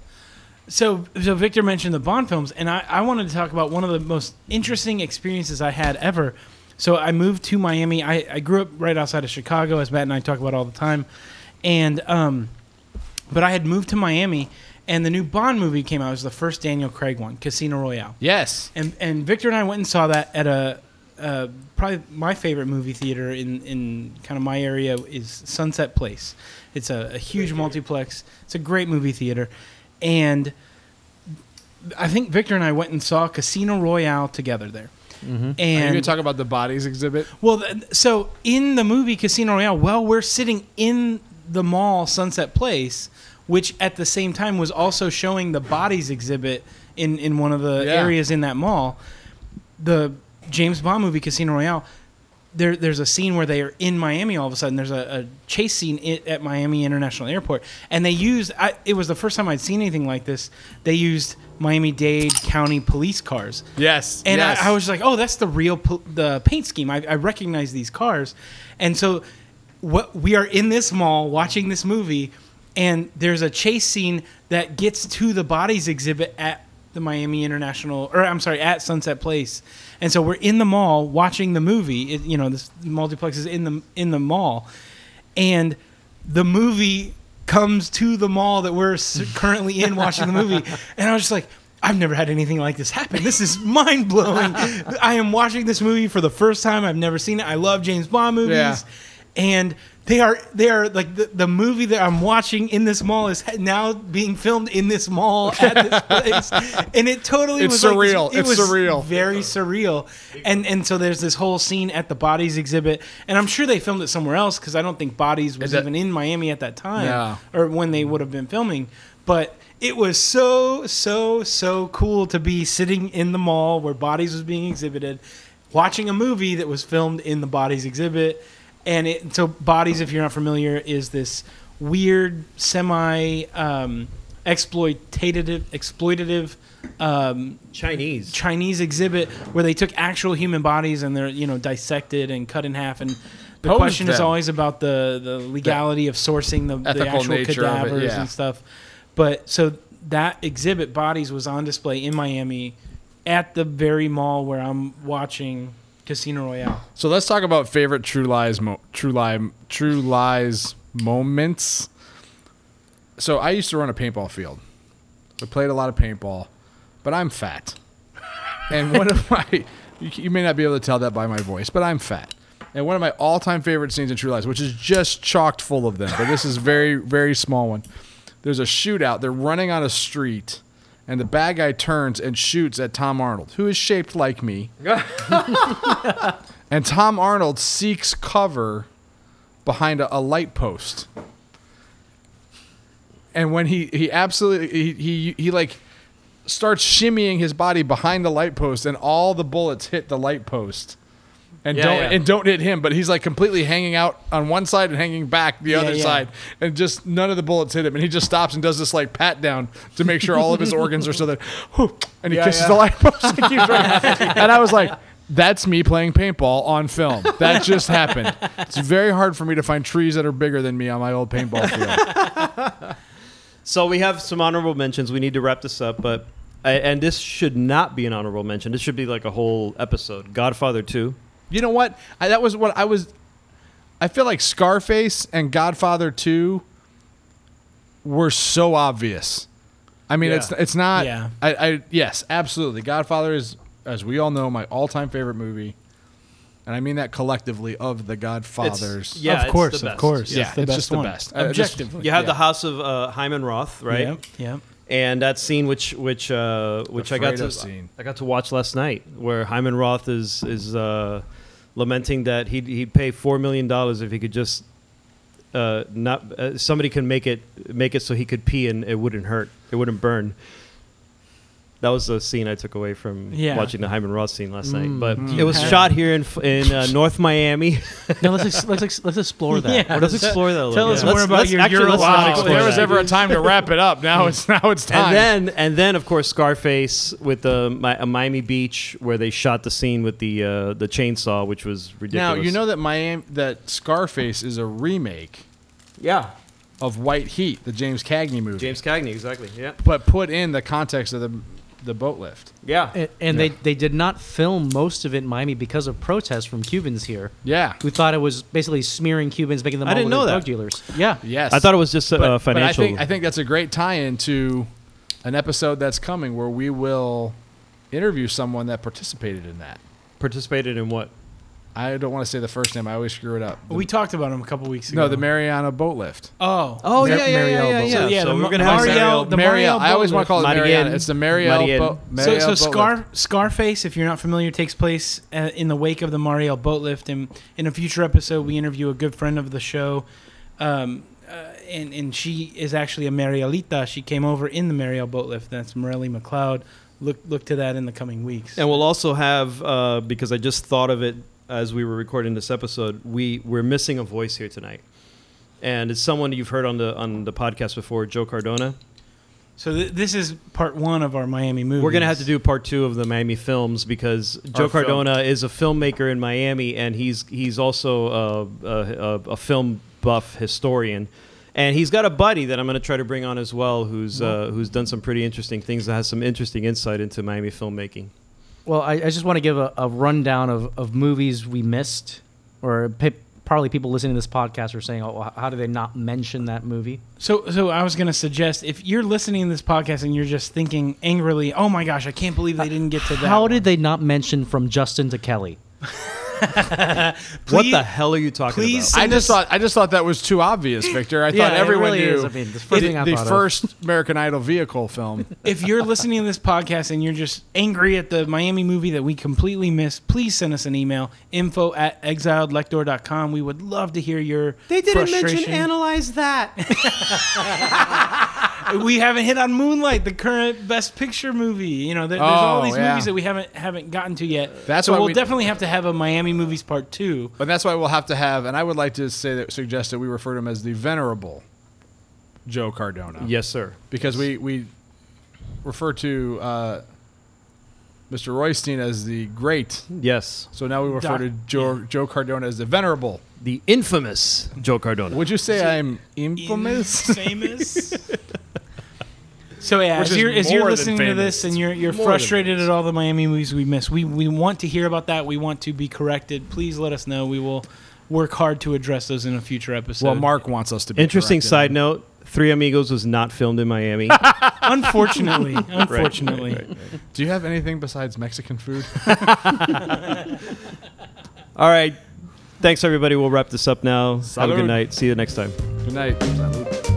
A: So, so Victor mentioned the Bond films, and I, I wanted to talk about one of the most interesting experiences I had ever. So, I moved to Miami. I, I grew up right outside of Chicago, as Matt and I talk about all the time. And, um, but I had moved to Miami, and the new Bond movie came out. It was the first Daniel Craig one, Casino Royale.
C: Yes.
A: And, and Victor and I went and saw that at a, uh, probably my favorite movie theater in, in kind of my area is Sunset Place. It's a, a huge multiplex. It's a great movie theater. And I think Victor and I went and saw Casino Royale together there.
C: Mm-hmm. Are you
A: And
C: gonna talk about the bodies exhibit?
A: well, th- so in the movie Casino Royale, well, we're sitting in the mall Sunset Place, which at the same time was also showing the bodies exhibit in in one of the
C: Yeah.
A: areas in that mall. The James Bond movie Casino Royale. There, there's a scene where they are in Miami all of a sudden. There's a, a chase scene i at Miami International Airport, and they used. I, it was the first time I'd seen anything like this. They used Miami Dade County police cars.
C: Yes.
A: And
C: yes.
A: I, I was like, oh, that's the real pl- the paint scheme. I, I recognize these cars, and so what we are in this mall watching this movie, and there's a chase scene that gets to the bodies exhibit at the Miami International, or I'm sorry, at Sunset Place, and so we're in the mall watching the movie. It, you know, this multiplex is in the in the mall, and the movie comes to the mall that we're s- currently in watching the movie and i was just like i've never had anything like this happen this is mind-blowing i am watching this movie for the first time i've never seen it i love james bond movies
C: Yeah.
A: and they are they are like the, the movie that i'm watching in this mall is ha- now being filmed in this mall at this place and it totally
C: It's
A: was like this-
C: surreal.
A: it
C: It's
A: was
C: surreal.
A: very surreal. And and so there's this whole scene at the bodies exhibit, and I'm sure they filmed it somewhere else because I don't think bodies was
C: Is that-
A: even in Miami at that time
C: No.
A: or when they would have been filming, but. It was so so so cool to be sitting in the mall where bodies was being exhibited, watching a movie that was filmed in the bodies exhibit, and it, so bodies, if you're not familiar, is this weird semi um, exploitative exploitative um,
B: Chinese.
A: Chinese exhibit where they took actual human bodies and they're you know dissected and cut in half. And the
C: Posed
A: question is
C: them.
A: always about the the legality of sourcing the, the
C: Ethical
A: actual
C: nature of it,
A: cadavers
C: yeah.
A: and stuff. But so that exhibit bodies was on display in Miami at the very mall where I'm watching Casino Royale.
C: So let's talk about favorite True Lies, mo- True Lie, True Lies moments. So I used to run a paintball field. I played a lot of paintball, but I'm fat. And one of my, you, c- you may not be able to tell that by my voice, but I'm fat. And one of my all-time favorite scenes in True Lies, which is just chocked full of them, but this is very, very small one. There's a shootout. They're running on a street, and the bad guy turns and shoots at Tom Arnold, who is shaped like me. And Tom Arnold seeks cover behind a, a light post. And when he he absolutely he, he he like starts shimmying his body behind the light post and all the bullets hit the light post. And
B: Yeah,
C: don't
B: yeah.
C: and don't hit him, but he's like completely hanging out on one side and hanging back the other
A: yeah.
C: side, and just none of the bullets hit him. And he just stops and does this like pat down to make sure all of his organs are so that, whew, and he
A: Yeah,
C: kisses
A: yeah.
C: the light post and keeps running. and I was like, that's me playing paintball on film. That just happened. It's very hard for me to find trees that are bigger than me on my old paintball field.
B: So we have some honorable mentions. We need to wrap this up, but I- and this should not be an honorable mention. This should be like a whole episode. Godfather Two.
C: You know what? I, that was what I was. I feel like Scarface and Godfather 2 were so obvious. I mean,
B: Yeah.
C: it's it's not.
A: Yeah.
C: I, I yes, absolutely. Godfather is, as we all know, my all-time favorite movie, and I mean that collectively of the Godfathers.
B: Yeah,
A: of
B: it's
A: course,
B: the
A: of
B: best.
A: course.
B: Yeah.
A: it's the best
C: just
A: one. Uh,
C: the best. I- I just-
A: Objectively.
B: You have the House of uh, Hyman Roth, right?
A: Yep. Yep.
B: And that scene, which which uh, which I got
C: Fredo
B: to
C: scene.
B: I got to watch last night, where Hyman Roth is is uh, lamenting that he'd he'd pay four million dollars if he could just uh, not uh, somebody can make it make it so he could pee and it wouldn't hurt, it wouldn't burn. That was the scene I took away from
A: Yeah.
B: watching the Hyman Roth scene last night. But
A: Mm.
B: it was
A: Yeah.
B: shot here in f- in uh, North Miami.
D: No, let's ex- let's ex- let's explore that.
A: Yeah.
D: Or
B: let's
D: let's explore.
B: explore that. A little
A: tell
B: bit.
A: us
B: Let's-
A: more about
B: let's-
A: your
B: actually,
A: Euro
B: let's not
A: Wow.
C: If
B: explore
C: there was
B: that.
C: ever a time to wrap it up, now it's now it's time.
B: And then, and then, of course, Scarface with the Mi- uh, Miami Beach, where they shot the scene with the uh, the chainsaw, which was
C: now
B: ridiculous.
C: you know that Miami that Scarface is a remake
B: yeah,
C: of White Heat, the James Cagney movie,
B: James Cagney, exactly. Yeah,
C: but put in the context of the the boat lift.
B: yeah.
D: And, and they they did not film most of it in Miami because of protests from Cubans here.
C: Yeah.
D: Who thought it was basically smearing Cubans, making them
B: I
D: all
B: didn't know
D: little drug
B: that.
D: dealers. Yeah.
C: Yes.
B: I thought it was just a uh, financial.
C: I think, I think that's a great tie-in to an episode that's coming where we will interview someone that participated in that.
B: participated in what?
C: I don't want to say the first name; I always screw it up.
A: We talked about him a couple weeks ago.
C: no, the Mariana boat lift.
A: Oh.
D: Oh
C: yeah, yeah, yeah, yeah,
A: So, yeah,
B: so
A: the
B: we're gonna have
A: Mariel,
B: Mariel-
A: the
C: Mariel.
A: Mariel.
C: I always
A: Boatlift.
C: want to call it
B: Mariel.
C: Mariana. It's the Mariel.
B: Mariel.
C: Boat,
A: So,
C: Mariel
A: so
C: boat lift.
A: Scar, Scarface, if you're not familiar, takes place uh, in the wake of the Mariel boatlift. And in a future episode, we interview a good friend of the show, um, uh, and and she is actually a Marielita. She came over in the Mariel boatlift. That's Morelli McLeod. Look look to that in the coming weeks.
B: And we'll also have uh, because I just thought of it as we were recording this episode. We we're missing a voice here tonight, and it's someone you've heard on the on the podcast before, Joe Cardona.
A: So th- this is part one of our Miami movie.
B: We're gonna have to do part two of the Miami films because Joe
C: Our film.
B: Cardona is a filmmaker in Miami, and he's he's also a, a, a, a film buff historian, and he's got a buddy that I'm gonna try to bring on as well, who's uh, who's done some pretty interesting things that has some interesting insight into Miami filmmaking.
D: Well, I, I just want to give a, a rundown of, of movies we missed, or pe- probably people listening to this podcast are saying, "Oh, well, how do they not mention that movie?"
A: So, so I was going to suggest if you're listening to this podcast and you're just thinking angrily, "Oh my gosh, I can't believe they didn't get to that."
D: How
A: one."
D: did they not mention from Justin to Kelly?
B: what
A: Please-
B: the hell are you talking
A: please
B: about?
C: I
A: Send
C: just
A: us-
C: thought I just thought that was too obvious, Victor. I
D: Yeah,
C: thought
D: it
C: everyone
D: really
C: knew
D: is. I mean, the first
C: the,
D: thing I
C: the
D: thought of.
C: first American Idol vehicle film.
A: if you're listening to this podcast and you're just angry at the Miami movie that we completely missed, please send us an email info at exiledlector.com. We would love to hear your frustration.
D: analyze that.
A: we haven't hit on Moonlight, the current Best Picture movie. You know, there, there's all
C: Oh,
A: these
C: yeah.
A: movies that we haven't haven't gotten to yet.
C: That's
A: so
C: why
A: we'll
C: we-
A: definitely have to have a Miami movies part two.
C: But that's why we'll have to have, and I would like to say that suggest that we refer to him as the venerable Joe Cardona.
B: yes, sir.
C: because we we refer to uh, Mr. Roystein as the great.
B: Yes,
C: So now we refer
A: Doc-
C: to Joe Joe Cardona as the venerable.
B: the infamous Joe Cardona.
C: Would you say I'm infamous?
A: Famous. So yeah,
C: Which
A: as
C: is
A: you're, as
C: more
A: you're
C: than
A: listening to
C: famous.
A: this and you're you're
C: It's more than
A: frustrated
C: famous.
A: at all the Miami movies we miss, we we want to hear about that. We want to be corrected. Please let us know. We will work hard to address those in a future episode.
E: Well, Mark wants us to be
B: Interesting
E: corrected.
B: side note: Three Amigos was not filmed in Miami.
A: unfortunately, unfortunately,
C: Do you have anything besides Mexican food?
B: All right, thanks everybody. We'll wrap this up now. Have a
C: Salud.
B: good night. See you next time.
C: Good night.